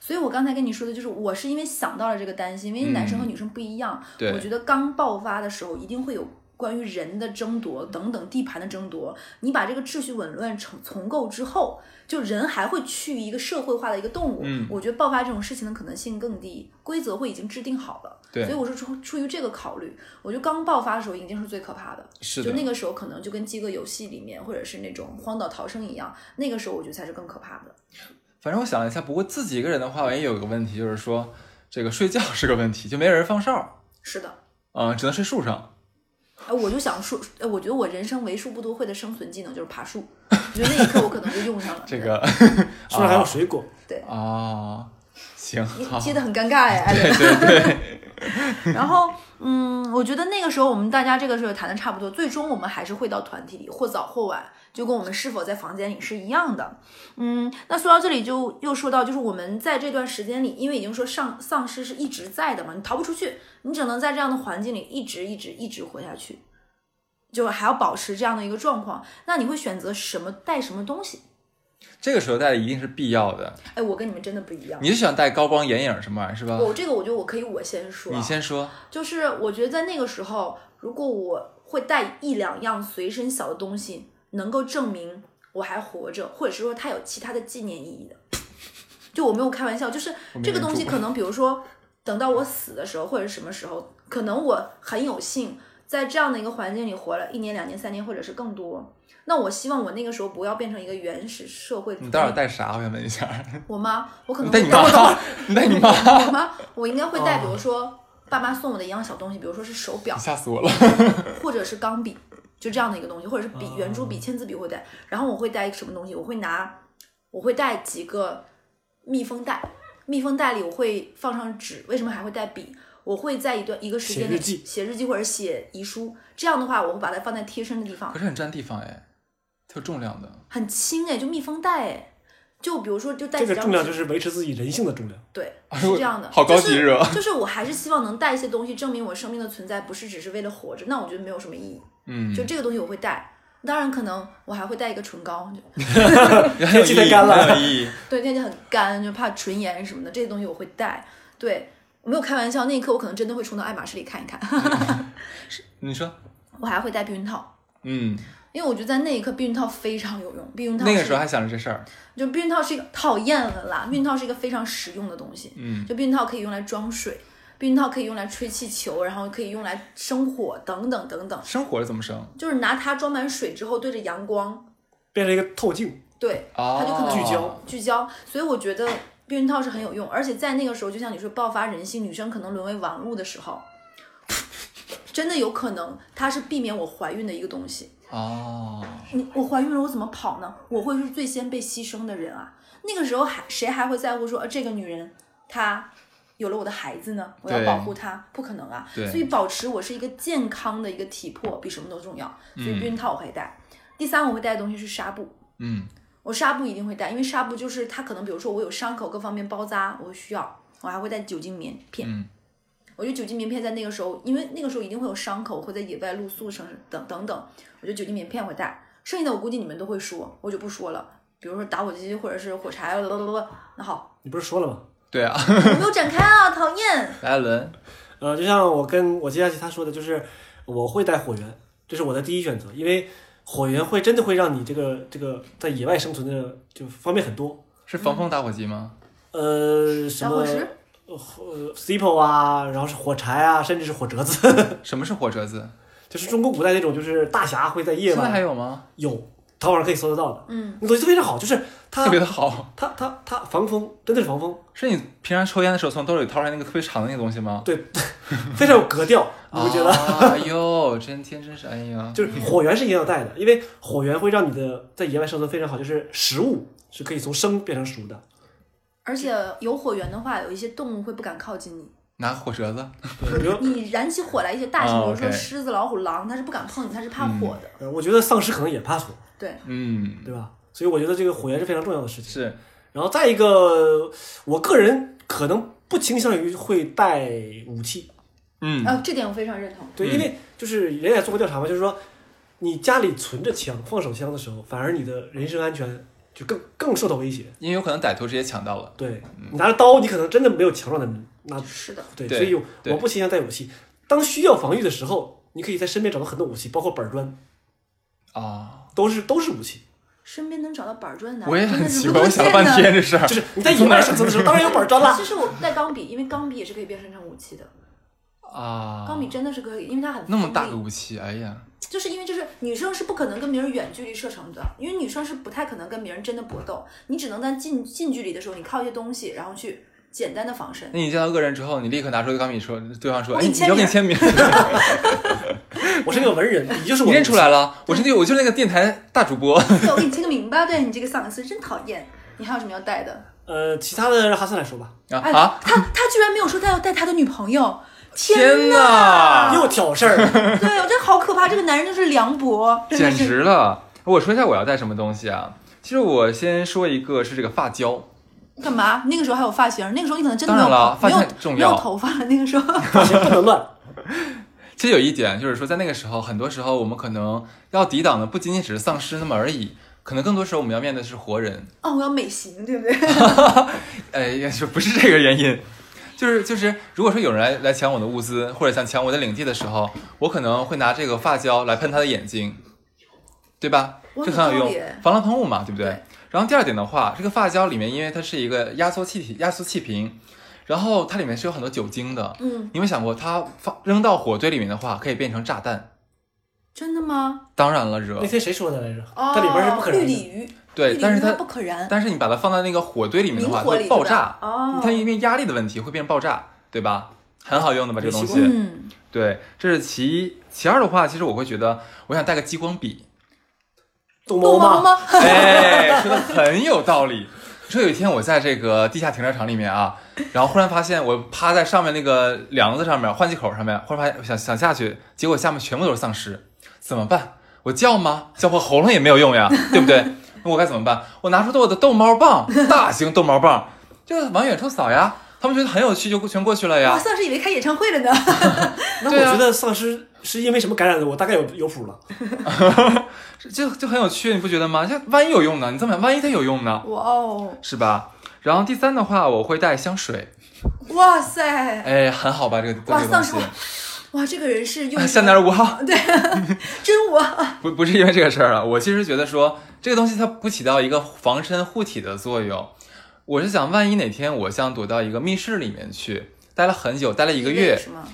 S1: 所以我刚才跟你说的就是，我是因为想到了这个担心，因为男生和女生不一样，
S2: 嗯对
S1: 我觉得刚爆发的时候一定会有。关于人的争夺等等地盘的争夺，你把这个秩序紊乱重重构之后，就人还会趋于一个社会化的一个动物。
S2: 嗯
S1: 我觉得爆发这种事情的可能性更低，规则会已经制定好了。
S2: 对
S1: 所以我是出出于这个考虑，我觉得刚爆发的时候一定是最可怕的。
S2: 是
S1: 就那个时候可能就跟《饥饿游戏》里面或者是那种荒岛逃生一样，那个时候我觉得才是更可怕的。
S2: 反正我想了一下，不过自己一个人的话，我也有个问题，就是说这个睡觉是个问题，就没有人放哨，
S1: 是的。
S2: 嗯、只能睡树上。
S1: 哎，我就想说，哎，我觉得我人生为数不多会的生存技能就是爬树，我觉得那一刻我可能就用上了。
S2: (laughs) 这
S3: (laughs)
S2: 个
S3: 树上还有水果，
S1: 对，对
S2: 啊，行，
S1: 你
S2: 好，
S1: 接的很尴尬哎，艾伦。
S2: 对对，
S1: (laughs) 然后，嗯，我觉得那个时候我们大家这个时候谈的差不多，最终我们还是会到团体里，或早或晚，就跟我们是否在房间里是一样的。嗯，那说到这里就又说到，就是我们在这段时间里，因为已经说丧丧尸是一直在的嘛，你逃不出去，你只能在这样的环境里一直一直一直活下去，就还要保持这样的一个状况。那你会选择什么带什么东西？
S2: 这个时候戴一定是必要的。
S1: 哎，我跟你们真的不一样
S2: 你。是想戴高光眼影什么玩意儿是吧？
S1: 我这个我觉得我可以我先说啊，
S2: 你先说，
S1: 就是我觉得在那个时候，如果我会带一两样随身小的东西，能够证明我还活着，或者是说它有其他的纪念意义的，就我没有开玩笑，就是
S2: 我没
S1: 这个
S2: 忍
S1: 东西
S2: 住
S1: 可能比如说等到我死的时候，或者什么时候，可能我很有幸在这样的一个环境里活了一年、两年、三年，或者是更多。那我希望我那个时候不要变成一个原始社会。
S2: 你待会儿带啥？我想问一下。
S1: 我妈，我可能会
S2: 你带你妈
S1: 我
S2: (laughs)
S1: 等会儿，
S2: 你带你
S1: (laughs)
S2: 妈，
S1: 我妈，我应该会带，比
S3: 哦
S1: 如说爸妈送我的一样小东西，比如说是手
S3: (laughs)
S1: 表，
S2: 吓死我了。
S1: 或者是钢笔，就这样的一个东西，或者是笔、圆珠
S3: 哦
S1: 笔、签字笔会带。然后我会带一个什么东西？我会拿，我会带几个密封袋，密封袋里我会放上纸。为什么还会带笔？我会在一段一个时间
S3: 写
S1: 内
S3: 日记
S1: 写日记或者写遗书。这样的话，我会把它放在贴身的地方
S2: 可，是很占地方哎，它有重量的。
S1: 很轻哎，就密封袋哎。就比如说，就带
S3: 这
S1: 几
S3: 个
S1: 张
S3: 重量
S1: 纸
S3: 就是维持自己人性的重量。
S1: 对，
S2: 哎
S1: 是
S2: 呦
S1: 这样的，
S2: 好高级
S1: 就是
S2: 是吧
S1: (laughs) 就是我还是希望能带一些东西，证明我生命的存在不是只是为了活着，那我觉得没有什么意义。
S2: (laughs) 嗯
S1: 就这个东西我会带。当然，可能我还会带一个唇膏，就
S2: 很有
S3: 天气
S2: 意
S3: 太
S2: 义，
S3: 干了
S2: 很有意
S3: (laughs)
S2: 义。
S1: 对，天气很干，就怕唇炎什么的，这些东西我会带。对，我没有开玩笑，那一刻我可能真的会冲到爱马仕里看一 (laughs) 看。
S2: 你说，
S1: 我还会带避孕套，
S2: 嗯，
S1: 因为我觉得在那一刻避孕套非常有用。避孕套
S2: 那个
S1: 是
S2: 时候还想着这事儿，
S1: 就避孕套是一个讨厌了啦，避孕套是一个非常实用的东西。
S2: 嗯，
S1: 就避孕套可以用来装水，避孕套可以用来吹气球，然后可以用来生火等等等等。
S2: 生活是怎么生？
S1: 就是拿它装满水之后，对着阳光，
S3: 变成一个透镜，
S1: 对
S2: 哦，
S1: 它就可能
S3: 聚焦
S1: 聚焦。所以我觉得避孕套是很有用，而且在那个时候，就像你说爆发人性，女生可能沦为玩物的时候，真的有可能它是避免我怀孕的一个东西。
S2: 哦，
S1: 你我怀孕了，我怎么跑呢？我会是最先被牺牲的人啊！那个时候还谁还会在乎说，呃，这个女人她有了我的孩子呢？我要
S2: 对
S1: 保护她，不可能啊！
S2: 对
S1: 所以保持我是一个健康的一个体魄比什么都重要。所以避孕套我会带。第三，我会带的东西是纱布。
S2: 嗯，
S1: 我纱布一定会带，因为纱布就是它可能，比如说我有伤口各方面包扎，我需要，我还会带酒精棉片。
S2: 嗯
S1: 我觉得酒精棉片在那个时候，因为那个时候一定会有伤口，会在野外露宿什么等等等，我觉得酒精棉片会带。剩下的我估计你们都会说，我就不说了。比如说打火机或者是火柴，啦啦啦啦那好， (laughs)
S3: 你不是说了吗？
S2: 对啊，
S1: 我没有展开啊，讨厌。
S2: 白艾伦，
S3: 呃，就像我跟我接下去他说的，就是我会带火源，这是我的第一选择，因为火源会真的会让你这个这个在野外生存的就方便很多。
S2: 是防风打火机
S3: (laughs)
S2: 吗？
S3: 呃，什
S1: 打
S3: 么
S1: 火石，
S3: 呃 c i p o 啊，然后是火柴啊，甚至是火折子， (laughs)
S2: 什么是火折子？
S3: 就是中国古代那种，就是大侠会在夜
S2: 现在还
S3: 晚
S2: 有吗？
S3: 有，淘宝上可以搜得到的，
S1: 嗯，
S3: 那东西非常好，就是它
S2: 特别的好，
S3: 它它它防风，真的是防风，
S2: 是你平常抽烟的时候从兜里掏出来那个特别长的那个东西吗？
S3: 非常有格调，你不觉得？
S2: 啊哎呦，真天真是，哎呀，
S3: 就是火源是一定要带的，因为火源会让你的在野外生存非常好，就是食物是可以从生变成熟的。
S1: 而且有火源的话，有一些动物会不敢靠近你。
S2: 拿火折子，
S3: 对比如，
S1: 你燃起火来，一些大型，
S2: 哦
S1: 比如说
S2: OK
S1: 狮子、老虎、狼，它是不敢碰你，它是怕火的。
S3: 呃我觉得丧尸可能也怕火，
S1: 对，
S2: 嗯，
S3: 对吧？所以我觉得这个火源是非常重要的事情。
S2: 是
S3: 然后再一个，我个人可能不倾向于会带武器，
S2: 嗯，
S3: 啊
S1: 呃，这点我非常认同。
S3: 对，
S2: 嗯
S3: 因为就是人家也做过调查嘛，就是说你家里存着枪、放手枪的时候，反而你的人身安全就更更受到威胁。
S2: 因为有可能歹徒直接抢到了，
S3: 对你拿着刀，你可能真的没有强壮的人，那
S1: 是的，
S3: 对，
S2: 对
S3: 所以
S2: 对
S3: 我不倾向带武器。当需要防御的时候，你可以在身边找到很多武器，包括板砖，
S2: 啊，
S3: 都是都是武器。
S1: 身边能找到板砖的男人，
S2: 我也
S1: 真
S2: 很
S1: 的是
S2: 奇
S1: 沦
S2: 怪，我
S1: 落
S2: 想了
S1: 线
S2: 半
S1: 的
S2: 天这事儿，
S3: 就是你在野外生存的时候，当然有板砖啦。
S1: 其实我带钢笔，因为钢笔也是可以变身成武器的。
S2: 啊，
S1: 钢笔真的是可以，因为它很
S2: 那么大个
S1: 锋利
S2: 武器，哎呀，
S1: 就是因为就是女生是不可能跟别人远距离射程的，因为女生是不太可能跟别人真的搏斗，你只能在近近距离的时候，你靠一些东西，然后去简单的防
S2: (laughs)
S1: 身。
S2: 那你见到恶人之后，你立刻拿出一个钢笔说，对方说，
S1: 我
S2: 哎，
S1: 给你
S2: 你
S1: 签
S2: 要给你
S1: 名
S2: 签名，
S3: 我是个文人，你就是我
S2: 你
S3: 的武器。
S2: 认出来了，我是那个我就是那个电台大主播，
S1: 对，哎我给你签个名吧。对你这个丧尸真讨厌。你还有什么要带的？
S3: 呃，其他的让哈森来说吧，
S2: 啊
S1: 哎，
S2: 啊，
S1: 他他居然没有说他要带他的女朋友。
S2: 天
S1: 哪！
S2: 哪
S3: 又挑事儿。
S1: 对我真好可怕，这个男人就是梁博，真的
S2: 简
S1: 是
S2: 直了！我说一下我要带什么东西啊？其实我先说一个是这个发胶，
S1: 干嘛？那个时候还有发型，那个时候你可能真的没有
S2: 当然了
S1: 没有
S2: 发型很重
S1: 没
S2: 要
S1: 有头发 (laughs) 了。那个时候，
S3: 发型不能乱，
S2: 其实有一点就是说，在那个时候，很多时候我们可能要抵挡的不仅仅只是丧尸那么而已，可能更多时候我们要面对的是活人。
S1: 哦，我要美型，对不对？
S2: 哎，也是不是这个原因？就是就是，如果说有人来来抢我的物资，或者想抢我的领地的时候，我可能会拿这个发胶来喷他的眼睛，对吧？
S1: 哇
S2: 这很好
S1: 有道
S2: 用
S1: 理，
S2: 防狼喷雾嘛，对不对？
S1: 对
S2: 然后第二点的话，这个发胶里面因为它是一个压缩气体、压缩气瓶，然后它里面是有很多酒精的。
S1: 嗯，
S2: 你有没有想过，它放扔到火堆里面的话，可以变成炸弹？
S1: 真的吗？
S2: 当然了，惹
S3: 那天谁说的来着？
S1: 哦，
S3: 它里边是不可燃
S1: 绿
S3: 的
S1: 鲤鱼，绿
S2: 对，
S1: 鲤
S2: 但
S1: 鱼
S2: 是它
S1: 不可燃，
S2: 但是你把它放在那个火堆里面的
S1: 明
S2: 话，它
S1: 火
S2: 会
S1: 里
S2: 爆
S1: 对吧
S2: 炸，
S1: 哦，
S2: 它因为压力的问题会变爆炸，对吧？很好用的吧，这个东
S3: 没习
S2: 西。
S1: 嗯，
S2: 对，这是其一。其二的话，其实我会觉得，我想带个激光笔。
S3: 懂
S1: 懂
S3: 吗？
S1: 吗？
S2: 哎，说的很有道理。说有一天我在这个地下停车场里面啊，然后忽然发现我趴在上面那个梁子上面换气口上面，忽然发现想想下去，结果下面全部都是丧尸，怎么办？我叫吗？叫破喉咙也没有用呀，对不对？那我该怎么办？我拿出我的逗猫棒，大型逗猫棒，就往远处扫呀。他们觉得很有趣，就全过去
S1: (laughs)
S2: 了
S1: 我
S2: 呀。
S1: 丧尸以为开演唱会了呢。
S2: (laughs)
S3: 那
S2: 对啊
S3: 我觉得丧尸是因为什么感染的，我大概有有谱了。
S2: 就就很有趣，你不觉得吗？就万一有用呢？你这么想，万一它有用呢？
S1: 哇哦，
S2: 是吧？然后第三的话，我会带香水，
S1: 哇塞，
S2: 哎，很好吧？这个
S1: 哇
S2: 这个
S1: 丧
S2: 东
S1: 尸
S2: 西，啊
S1: 哇，这个人是用
S2: 三点五号，
S1: 真我
S2: 不不是因为这个事儿了。我其实觉得说这个东西它不起到一个防身护体的作用。我是想，万一哪天我想躲到一个密室里面去，待了很久， (laughs) 待了一个月，
S1: 是吗？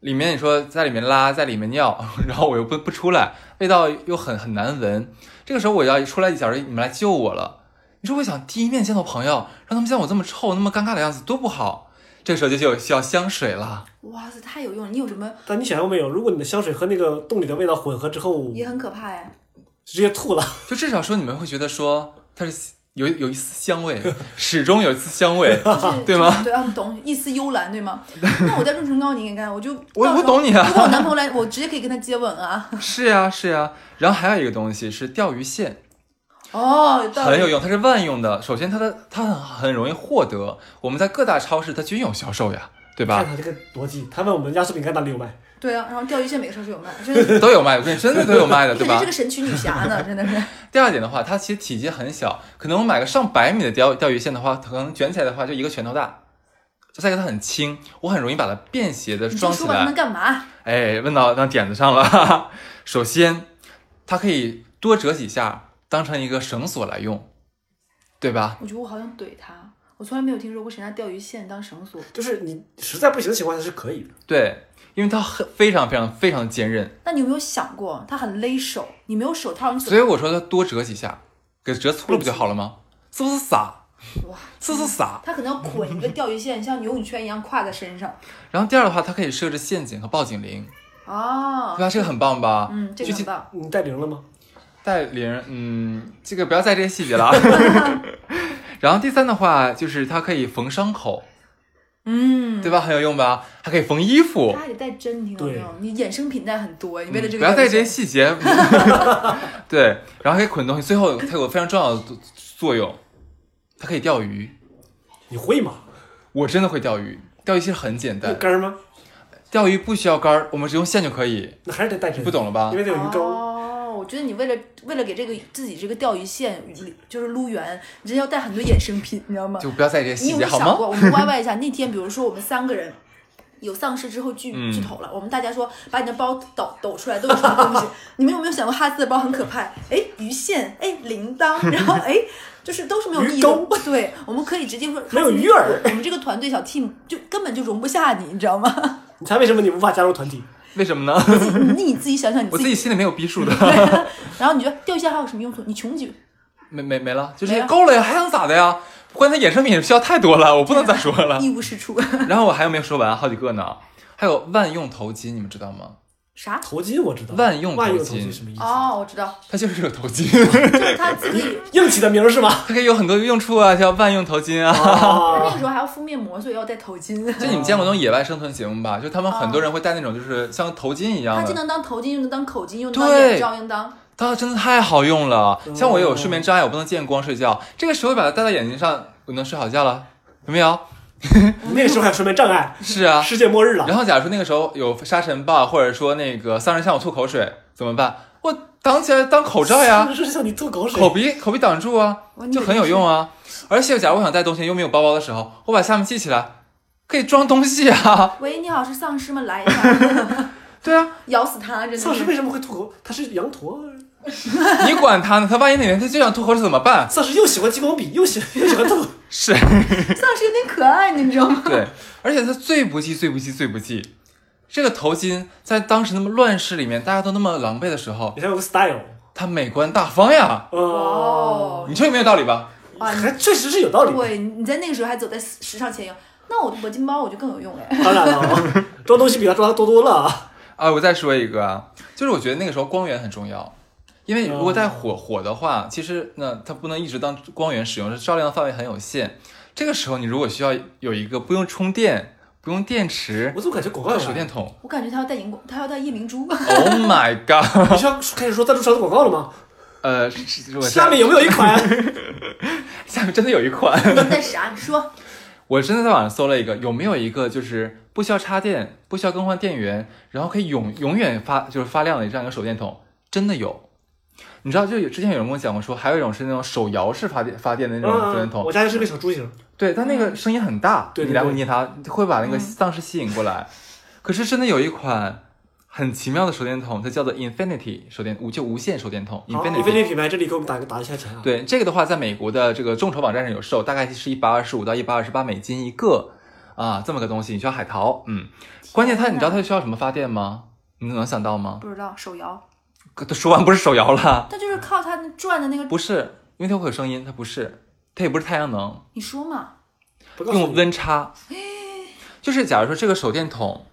S2: 里面你说在里面拉，在里面尿， (laughs) 然后我又不不出来，味道又很很难闻。这个时候我要出来一小时，你们来救我了。你说我想第一面见到朋友，让他们见我这么臭、那么尴尬的样子，多不好。这个时候就就需要香水了。
S1: (laughs) 哇塞，太有用了！你有什么
S3: 但你想象没有，如果你的香水和那个洞里的味道混合之后，
S1: 也很可怕
S2: (laughs)
S1: 呀？
S3: 直接吐了。
S2: 就至少说你们会觉得说它是有有一丝香味， (laughs) 始终有一丝香味。
S1: 就是
S2: 对吗？
S1: 对啊，懂一丝幽兰，对
S2: (laughs)
S1: 吗？那我在润唇膏你应该 (laughs) 干，我就
S2: 我
S1: 到时候
S2: 我懂你啊 (laughs)
S1: 如果我男朋友来，我直接可以跟他接吻啊！
S2: 是呀、是呀、然后还有一个东西是钓鱼线，
S1: 哦，有道理
S2: 很有用，它是万用的。首先它的它很很容易获得，我们在各大超市它均有销售呀，对吧 (laughs)
S3: 看？他这个逻辑，他问我们压缩饼干哪里有卖？
S1: 对啊，然后钓鱼线每个超市
S2: (laughs)
S1: 有卖，真的，
S2: 都有卖，我跟你真的都有卖的，
S1: 你
S2: 对
S1: 可 (laughs)
S2: 吧
S1: 是这？个神奇女侠
S2: (laughs)
S1: 呢，真的是。
S2: 第二点的话，它其实体积很小，可能我买个上百米的钓钓鱼线的话，可能卷起来的话就一个拳头大。再一个它很轻，我很容易把它便携的
S1: 你就
S2: 装起
S1: 说吧，它能
S2: 来。
S1: 干嘛？
S2: 哎，问到那点子上了。 (laughs) 哈哈。首先，它可以多折几下，当成一个绳索来用，对吧？
S1: 我觉得我好想怼他，我从来没有听说过谁拿钓鱼线当绳索。
S3: 就是你实在不行的情况下是可以的。
S2: 对，因为它很非常非常非常坚韧，
S1: 那你有没有想过，它很勒手，你没有手套，你怎
S2: 所
S1: 么
S2: 以我说它多折几下，给折粗了不就好了吗？是不是傻？
S1: 哇？
S2: 是不是傻？
S1: (laughs) 他可能要捆一个钓鱼线，像游泳圈一样挎在身
S2: (laughs)
S1: 上
S2: 然后第二的话，它可以设置陷阱和报警铃，
S1: 啊
S2: 对。吧？这个很棒吧？
S1: 嗯，这个
S2: 具
S1: 很
S2: 体
S1: 棒。
S3: 你带零了吗？
S2: 带铃，嗯，这个不要在这些细节了啊。 (laughs) 然后第三的话就是它可以缝伤口，
S1: 嗯，
S2: 对吧？很有用吧？还可以缝衣服
S1: 他。还得带针，你听到没
S3: 对
S1: 有？你衍生品带很多，你为了这个
S2: 嗯不要
S1: 钓
S2: 在
S1: 鱼
S2: 这些
S1: 线 (laughs)
S2: 细节。对，然后可以捆东西。最后它有非常重要的作作用，它可以钓鱼。
S3: 你会吗？
S2: 我真的会钓鱼，钓鱼其实很简
S3: 有
S1: 嗯
S2: 单，
S3: 杆儿吗？
S2: 钓鱼不需要杆儿，我们只用线就可以。
S3: 那还是得带针。
S2: 不，懂了吧
S3: 因？为得有鱼钩。
S1: 哦，我觉得你为了为了给这个自己这个钓鱼线就是撸圆，你真要带很多衍生品，你知道吗？
S2: 就不要在意这些
S1: 你有
S2: 哎
S1: 没
S2: 细节
S1: 有
S2: 好
S1: 想
S2: 吗？
S1: 过，我们歪歪一下，那天比如说我们三个人。有丧尸之后剧
S2: 嗯
S1: 剧透了，我们大家说把你的包抖抖出来都有什么东西？ (laughs) 你们有没有想过哈斯的包很可怕？哎，鱼线，哎，铃铛，然后哎，就是都是没有意义
S3: 鱼
S1: 的
S3: 钩。
S1: (laughs) 对，我们可以直接说
S3: 没有
S1: 哈斯
S3: 鱼饵
S1: 我们这个团队小 team 就根本就容不下你，你知道吗？ (laughs)
S3: 你猜为什么你无法加入团体？
S2: 为什么呢？
S1: 你你自己想想你
S2: 我
S1: 自
S2: 自
S1: 己，
S2: 己心里没有逼数的，
S1: (laughs) 然后你觉得钓鱼线还有什么用处？你穷举，
S2: 没没没了，就这
S1: 没
S2: 些
S1: 了
S2: 够了呀，还想咋的呀？关键衍生品需要太
S1: (laughs)
S2: 多了，我不能再说了。
S1: 一无是处。 (laughs)
S2: 然后我还有没有说完？好几个呢，还有万用头巾，你们知道吗？
S1: 啥？
S3: 头巾我知道，
S2: 万用头巾
S3: 万用头巾什么意思？
S1: 哦，我知道，
S2: 它就是这个头
S1: (laughs)
S2: 巾，
S1: 就是他自己。
S3: 硬起的名儿
S2: (laughs)
S3: 是吧？
S2: 它可以有很多用处啊，叫万用头巾啊。
S1: 他那
S3: 啊
S1: 个时候还要敷面膜，所以要戴头巾。
S2: 就你们见过那种野外生存节目吧？就他们很多人会戴那种就是像头巾一样
S1: 它
S2: 的
S1: 既，能当头巾，又能当口巾，又能当
S2: 对
S1: 眼罩，又能当
S2: 它真的太好用了。像我有睡眠障碍，我不能见光睡觉，这个时候把它戴在眼睛上，我能睡好觉了，有没有？
S3: (laughs) 那个时候还有睡眠障碍，
S2: 是啊。
S3: (laughs) 世界末日了。
S2: 然后假如说那个时候有沙尘暴，或者说那个丧尸向我吐口水，怎么办？我挡起来当口罩呀，
S3: 是向你吐口水。
S2: 口鼻口鼻挡住啊
S1: 哇，你
S2: 就
S1: 可
S2: 很
S1: 真
S2: 有用啊。而且假如我想带东西又没有包包的时候，我把下面系起来，可以装东西啊。 (laughs)
S1: 喂，你好，是丧尸吗？来一下， (laughs)
S2: 对啊，
S1: 咬死他！真的
S3: 丧尸
S1: 是
S3: 为什么会吐口？他是羊驼。
S2: 你管他呢，他万一哪天他就想吐口水怎么办？ (laughs)
S3: 丧尸又喜欢激光笔，又喜 (laughs) 又喜欢吐。
S2: 是。
S1: 丧尸有点可爱，你知道
S3: (laughs)
S2: (laughs)
S1: 吗？
S2: 对，而且他最不济、最不济、最不济，这个头巾在当时那么乱世里面，大家都那么狼狈的时候，
S3: 你还有个 style。
S2: 它美观大方呀。
S3: 哇
S1: 哇哦，
S2: 你说有没有道理吧？
S1: 哇，你
S3: 还确实是有道理。
S1: 对，你在那个时候还走在时时尚前沿，那我铂金包我就更有用哎。
S3: 当然了，装东西比他装的多多了啊。
S2: 啊，我再说一个啊，就是我觉得那个时候光源很重要，因为
S3: 嗯
S2: 如果带火火的话，其实那它不能一直当光源使用，照亮的范围很有限。这个时候你如果需要有一个不用充电、不用电池
S3: 我怎么感觉广告
S2: 的
S3: 有啊
S2: 手电筒
S1: 我感觉他要带荧光，他要带夜明珠。 (laughs)
S2: ，Oh my god！
S3: 你是要开始说赞助商的广告了吗？ (laughs)
S2: 呃，是是我
S3: 下面有没有一款？
S2: 下面真的有一款，
S1: 你在啥？ (laughs) 你说
S2: 我真的在网上搜了一个，有没有一个就是不需要插电、不需要更换电源，然后可以永永远发就是发亮的这样一个手电筒？真的有，你知道，就有之前有人跟我讲过说，还有一种是那种手摇式发电发电 (laughs) 的那种发电筒，
S3: 嗯我家就是个小猪型，
S2: 对，但那个声音很大，
S3: 对对
S2: 你来
S3: 对嗯
S2: 回捏它会把那个丧尸吸引过来。可是真的有一款很奇妙的手电筒，它叫做 Infinity 手电无就无线手电筒
S3: 好，
S2: Infinity。
S3: 你飞这品牌，这里给我们打个打一下钱啊。
S2: 对这个的话，在美国的这个众筹网站上有售，大概是一百二十五到一百二十八美金一个啊，这么个东西，你需要海淘，嗯。关键它，
S1: 天
S2: 你
S1: 哪
S2: 知道它需要什么发电吗？你能想到吗？
S1: 不知道手摇，
S2: 可它说完不是手摇了，
S1: 它就是靠它转的那个，
S2: 不是，因为它会有声音，它不是，它也不是太阳能，
S1: 你说嘛？
S3: 不告诉
S2: 用
S3: 你，
S2: 温差，就是假如说这个手电筒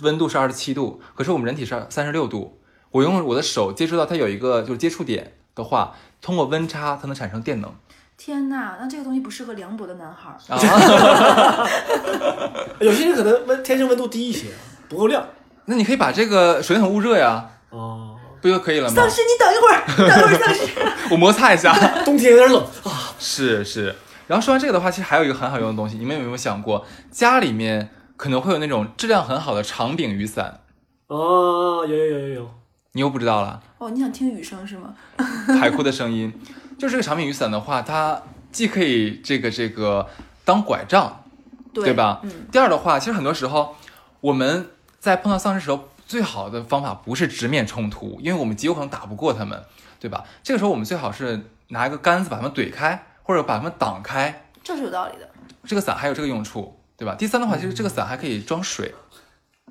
S2: 温度是二十七度，可是我们人体是三十六度，我用我的手接触到它有一个就是接触点的话，通过温差它能产生电能
S1: 天哪，那这个东西不适合凉薄的男孩儿。
S2: 啊。
S3: 哎有些人可能温天生温度低一些，不够亮。
S2: 那你可以把这个手电筒捂热呀，
S3: 哦，
S2: 不就可以了吗
S1: 丧？尸，你等一会儿，等一会儿，丧
S2: (laughs)
S1: 尸。
S2: 我摩擦一
S3: (laughs)
S2: 下。
S3: 冬天有点冷啊。
S2: 是是。然后说完这个的话，其实还有一个很好用的东西，你们有没有想过，家里面可能会有那种质量很好的长柄雨伞，
S3: 哦，有有有有有，
S2: 你又不知道了。
S1: 哦，你想听雨声是吗？
S2: 海哭的声音。就是这个长柄雨伞的话，它既可以这个这个当拐杖，
S1: 对
S2: 对吧
S1: 嗯，
S2: 第二的话，其实很多时候我们在碰到丧尸时候，最好的方法不是直面冲突，因为我们极有可能打不过他们，对吧？这个时候我们最好是拿一个杆子把他们怼开，或者把他们挡开。
S1: 这是有道理的。
S2: 这个伞还有这个用处，对吧？第三的话，其实这个伞还可以装水，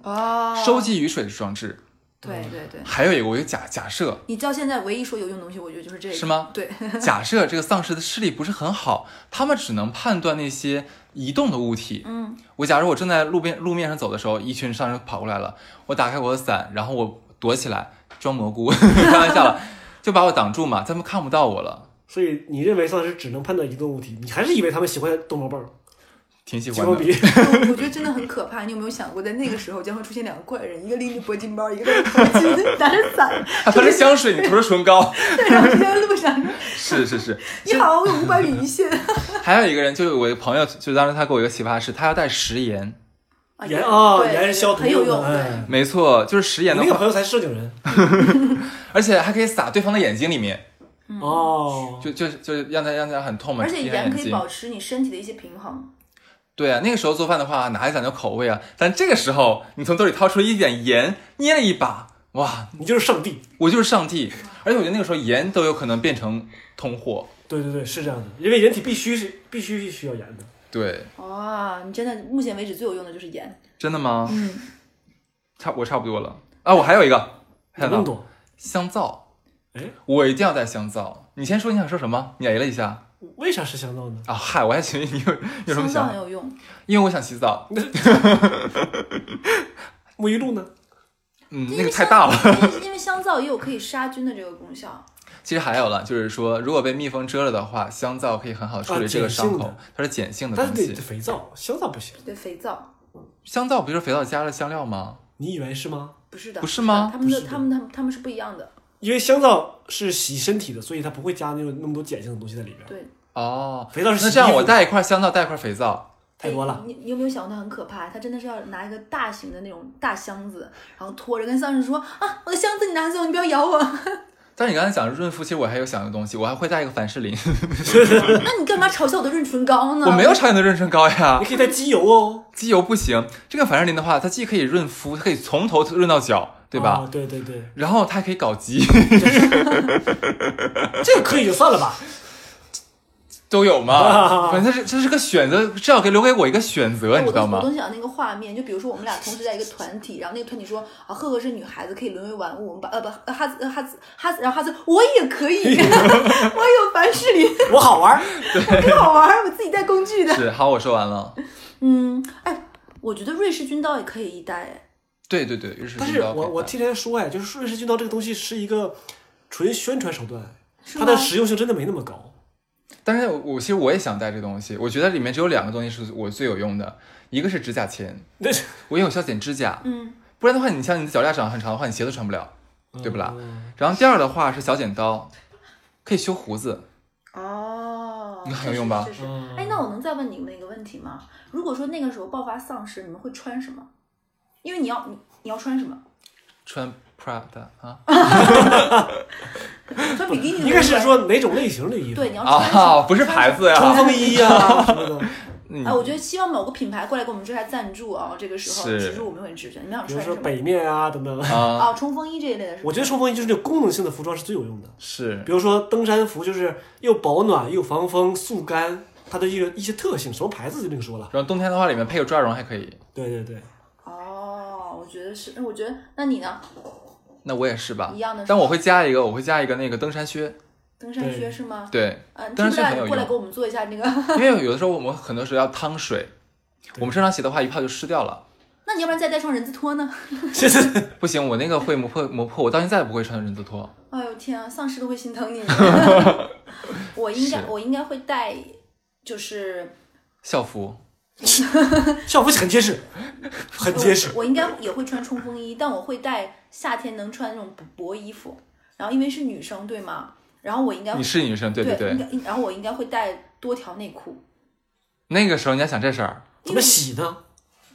S1: 哦，
S2: 收。集雨水的装置。
S1: 对
S2: 嗯
S1: 对对，
S2: 还有一个，我有假假设，
S1: 你知道现在唯一说有用的东西，我觉得就是这个。
S2: 是吗？ (laughs)
S1: 对，
S2: 假设这个丧尸的视力不是很好，他们只能判断那些移动的物体。
S1: (laughs) 嗯，
S2: 我假如我正在路边路面上走的时候，一群丧尸跑过来了，我打开我的伞，然后我躲起来装蘑菇， (laughs) 开玩笑了，就把我挡住嘛，他们看不到我了。
S3: 所以你认为丧尸只能判断移动物体，你还是以为他们喜欢逗猫棒、
S2: 挺喜
S3: 激
S2: 欢
S3: 光
S2: (laughs) 的，
S3: 笔？
S1: 嗯我我觉得真的很可怕。你有没有想过，在那个时候将会出现两个怪人，一个拎着铂金包，一
S2: (laughs)
S1: 个拎着头巾，拿着伞，
S2: 它是香水，你涂着唇膏。 (laughs)
S1: 对，然后就在路上，
S2: 是是是，
S1: 你好，我有五百米一
S2: (laughs)
S1: 线。
S2: 还有一个人，就是我一个朋友，就当时他给我一个启发是，他要带食盐。
S1: 啊
S3: 盐啊，
S2: 哦
S1: 对
S3: 盐是消毒
S1: 很有
S3: 的
S1: 用，对。
S3: 哎，
S2: 没错，就是食
S3: 你
S2: 盐的
S3: 那个
S2: 话，
S3: 朋友才是正经人
S2: 而且还可以撒对方的眼睛里面，
S3: 哦。
S2: 嗯就就就是让他让他很痛嘛，
S1: 而且
S2: 滴他
S1: 盐可
S2: 嗯眼
S1: 以
S2: 睛
S1: 保持你身体的一些平衡，
S2: 对啊，那个时候做饭的话，哪还讲究口味啊？但这个时候，你从兜里掏出一点盐，捏了一把，哇，
S3: 你就是上帝，
S2: 我就是上帝！而且我觉得那个时候盐都有可能变成通货。
S3: 对对对，是这样的，因为人体必须是必须需要盐的。
S2: 对，
S1: 哇！你真的目前为止最有用的就是盐。
S2: 真的吗？
S1: 嗯，
S2: 差我差不多了啊！我还有一个，
S3: 有
S2: 看
S3: 那么
S2: 到
S3: 多，
S2: 香皂
S3: 哎，
S2: 我一定要带香皂。你先说你想说什么？你哎了一下
S3: 为啥是香皂呢？
S2: 啊！嗨，我还以为你有 (laughs) 有什么
S1: 香
S2: 嗯
S1: 皂
S2: 想
S1: 很，有用，
S2: 因为我想洗澡。
S3: 沐浴露呢？
S2: 嗯，
S1: 因为
S2: 那个太
S1: 香
S2: 大了。
S1: 因
S2: (laughs)
S1: 为因为香皂也有可以杀菌的这个功效。
S2: 其实还有了，就是说，如果被蜜蜂蛰了的话，香皂可以很好地处理
S3: 啊
S2: 这个伤
S3: 碱
S2: 口
S3: 性，
S2: 它是碱性的
S3: 但是
S2: 东
S3: 得
S2: 西
S3: 得。肥皂，香皂不行。
S1: 对，肥皂
S2: 香皂不就是肥皂加了香料吗？
S3: 你以为是吗？
S1: 不是的，
S2: 不是吗
S1: 他们
S3: 不
S1: 的
S3: 是的
S1: 他们他他们是不一样的。
S3: 因为香皂是洗身体的，所以它不会加那种那么多碱性的东西在里边。
S1: 对，
S2: 哦，
S3: 肥皂是洗
S2: 那这样
S3: 衣服
S2: 我带一块香皂，带一块肥皂，
S3: 太多了
S1: 哎。
S3: (laughs)
S1: 你你有没有想过它很可怕？它真的是要拿一个大型的那种大箱子，然后拖着跟丧尸说啊，我的箱子你拿走，你不要咬我。
S2: 但是你刚才讲润肤，其实我还有想一个东西，我还会带一个凡士 (laughs) 林，
S1: 那你干嘛嘲笑我的润唇膏呢？哎
S2: 我没有搽你的润唇膏呀
S3: 你，可以带机油哦，
S2: 机油不行。这个凡士林的话，它既可以润肤，它可以从头润到脚，对吧？
S3: 啊对对对，
S2: 然后它还可以搞基， (laughs)
S3: (laughs) 这个可以就算了吧。
S2: 都有吗？
S3: 啊
S2: 反正它是这是个选择，至少给留给我一个选择，你
S1: 我
S2: 知
S1: 都
S2: 道
S1: 我
S2: 吗？
S1: 都想那个画面，就比如说我们俩同时在一个团体，然后那个团体说啊，赫赫是女孩子，可以沦为玩物，我们把呃不呃哈子呃哈子哈子，然后哈子我也可
S2: (laughs)
S1: 以，我有凡士林，
S3: 我好玩儿，
S1: 很好玩儿，我自己带工具的。
S2: 是，好，我说完了。
S1: 嗯，哎，我觉得瑞士军刀也可以一带，哎，
S2: 对对对，日式
S3: 但
S2: 军
S3: 是
S2: 刀可以带。
S3: 我我听人说哎，就是瑞士军刀这个东西是一个纯宣传手段，
S1: 是
S3: 它
S1: 吗？
S3: 的实用性真的没那么高。
S2: 但是我我其实我也想带这东西，我觉得里面只有两个东西是我最有用的，一个是指甲钳，
S3: 那
S2: 我有效剪指甲，
S1: 嗯，
S2: 不然的话，你像你的脚丫长得很长的话，你鞋都穿不了。对不啦？
S3: 嗯
S2: 然后第二的话是小剪刀，可以修胡子。
S1: 哦，
S2: 那很
S1: 是
S2: 有
S1: 是
S2: 用吧
S1: 是是
S3: 嗯
S1: 哎，那我能再问你们一个问题吗？如果说那个时候爆发丧尸，你们会穿什么？因为你要你你要穿什么？
S2: 穿 Prada 啊，
S1: 穿比基尼
S3: 应该是说哪种类型的衣服，
S1: 对你要穿什么
S2: 啊，不是牌子
S3: 冲
S2: 呀，
S3: 锋衣啊什么的。
S2: 嗯
S1: 哎，我觉得希望某个品牌过来给我们这下赞助啊，这个时候
S2: 是
S1: 其实我们会很支持。你们想
S3: 比如
S1: 穿
S3: 说
S1: 什么？
S3: 北面啊等等。
S2: 啊
S1: 哦，冲锋衣这一类的是吧？
S3: 我觉得冲锋衣就是这种功能性的服装是最有用的，
S2: 是
S3: 比如说登山服就是又保暖又防风速干，它的一个一些特性，什么牌子就另说了。
S2: 然后冬天的话，里面配个抓绒还可以。
S3: 对对对，
S1: 哦，我觉得是，嗯我觉得那你呢？
S2: 那我也是吧
S1: 一，样的是
S2: 但我会加一个，我会加一个那个登山靴。
S1: 登山靴
S3: 对
S1: 是吗？
S2: 对，
S1: 嗯，
S2: 登山
S1: Timberland
S2: 靴很有
S1: 过来
S2: 用
S1: 给我们做一下那个。 (laughs)
S2: 因为有的时候我们很多时候要趟水，我们身上鞋的话一泡就湿掉了。
S1: 那你要不然再带双人字拖呢？
S3: 这是
S2: 不行，我那个会磨破磨破，我到现在不会穿人字拖。
S1: 哎呦天啊，丧尸都会心
S2: (laughs)
S1: 疼你。我应该
S2: 是
S1: 我应该会带，就是
S2: 校服
S3: 校服很结实，很结实。
S1: 我我应该也会穿冲锋衣，但我会带夏天能穿那种薄薄衣服。然后因为是女生对吗？然后我应该
S2: 你是女生，对
S1: 对
S2: 对
S1: 应，该然后我应该会带多条内裤。
S2: 那个时候你要想这事儿，
S3: 怎么洗呢？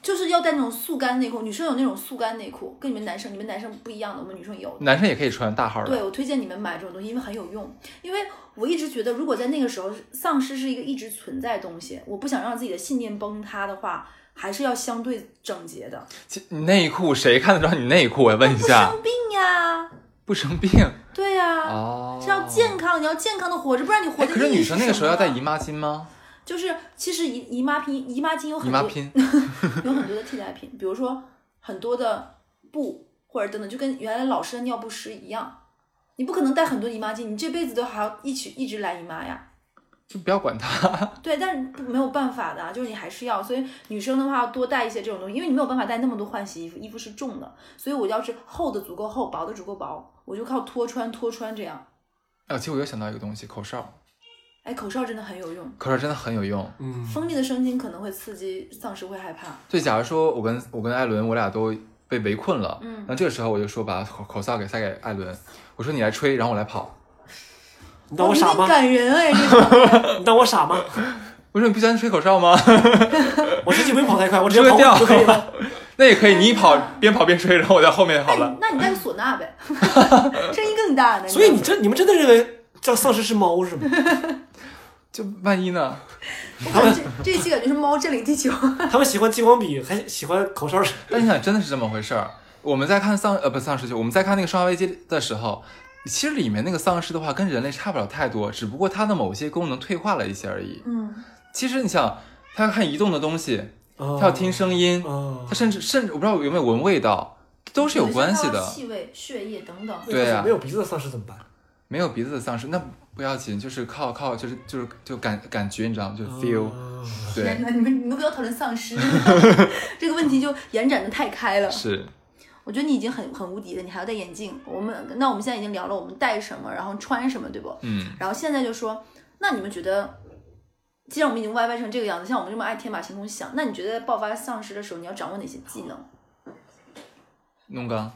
S1: 就是要带那种速干内裤，女生有那种速干内裤，跟你们男生，你们男生不一样的，我们女生有的。
S2: 男生也可以穿大号的。
S1: 对，我推荐你们买这种东西，因为很有用。因为我一直觉得，如果在那个时候，丧尸是一个一直存在的东西，我不想让自己的信念崩塌的话，还是要相对整洁的。
S2: 其你内裤谁看得着你内裤？我问一
S1: (laughs)
S2: 下，
S1: 生病呀，
S2: 不生病
S1: 对呀、
S2: 哦。
S1: 啊是要健康，你要健康的活着，不然你活
S2: 哎
S1: 着。
S2: 可是女生那个时候要带姨，妈巾吗？
S1: 就是其实姨姨妈巾，姨妈巾有
S2: 姨
S1: 很
S2: 妈
S1: 多
S2: 巾
S1: 有很多的替代品，比如说很多的布或者等等，就跟原来老师的尿不湿一样，你不可能带很多姨妈巾，你这辈子都还要一起一直来姨妈呀。
S2: 就不要管它。
S1: 对，但是不没有办法的啊，就是你还是要，所以女生的话要多带一些这种东西，因为你没有办法带那么多换洗衣服，衣服是重的，所以我要是厚的足够厚，薄的足够薄，我就靠脱穿脱穿这样。
S2: 哎，其实我又想到一个东西，口哨，
S1: 哎，口哨真的很有用，
S2: 口哨真的很有用。
S3: 嗯，
S1: 锋利的声音可能会刺激丧尸会害怕。
S2: 对，假如说我跟我跟艾伦，我俩都被围困了，
S1: 嗯
S2: 那这个时候我就说把口口哨给塞给艾伦，我说你来吹，然后我来跑。
S3: 你当我
S1: 有
S3: 傻
S1: 点
S3: 吗？
S1: 感人哎，这个
S3: 你当我傻吗？
S2: 我说你不喜欢吹口哨吗？
S3: 我自己没跑太快，我直
S2: 吹会
S3: 接跑
S2: 掉
S3: 就可以了。。
S2: 那也可以，你一跑边跑边吹，然后我在后面好
S1: 那
S2: 了
S1: 你。那你带个唢呐呗，声音更大呢。
S3: 所以你真你们真的认为叫丧尸是猫是吗？
S2: 就万一呢？
S1: 我感觉这这一期感觉是猫占领地球。
S3: 他们喜欢激光笔，还喜欢口哨，
S2: 但你想，真的是这么回事儿。我们在看丧呃不丧尸剧，我们在看那个《生化危机》的时候，其实里面那个丧尸的话跟人类差不了太多，只不过它的某些功能退化了一些而已。
S1: 嗯，
S2: 其实你想，它要看移动的东西，它
S3: 他
S2: 要听声音，
S3: 啊
S2: 它，甚至甚至我不知道有没有闻味道，都是有关系的。
S1: 气味、血液等等。
S2: 对啊呀
S3: 没有鼻子的丧尸怎么办？
S2: 没有鼻子的丧尸那不要紧，就是靠靠就是就是就感感觉，你知道吗？就是 feel、
S3: 啊
S2: 对
S1: 天。 (laughs) 哪，你们你们不要讨论丧尸， (laughs) 这个问题就延展的太开了。
S2: 是，
S1: 我觉得你已经很很无敌了，你还要戴眼镜。我们那我们现在已经聊了我们戴什么，然后穿什么，对不？
S2: 嗯，
S1: 然后现在就说，那你们觉得，既然我们已经歪歪成这个样子，像我们这么爱天马行空想，那你觉得在爆发丧尸的时候，你要掌握哪些技能？
S2: 弄刚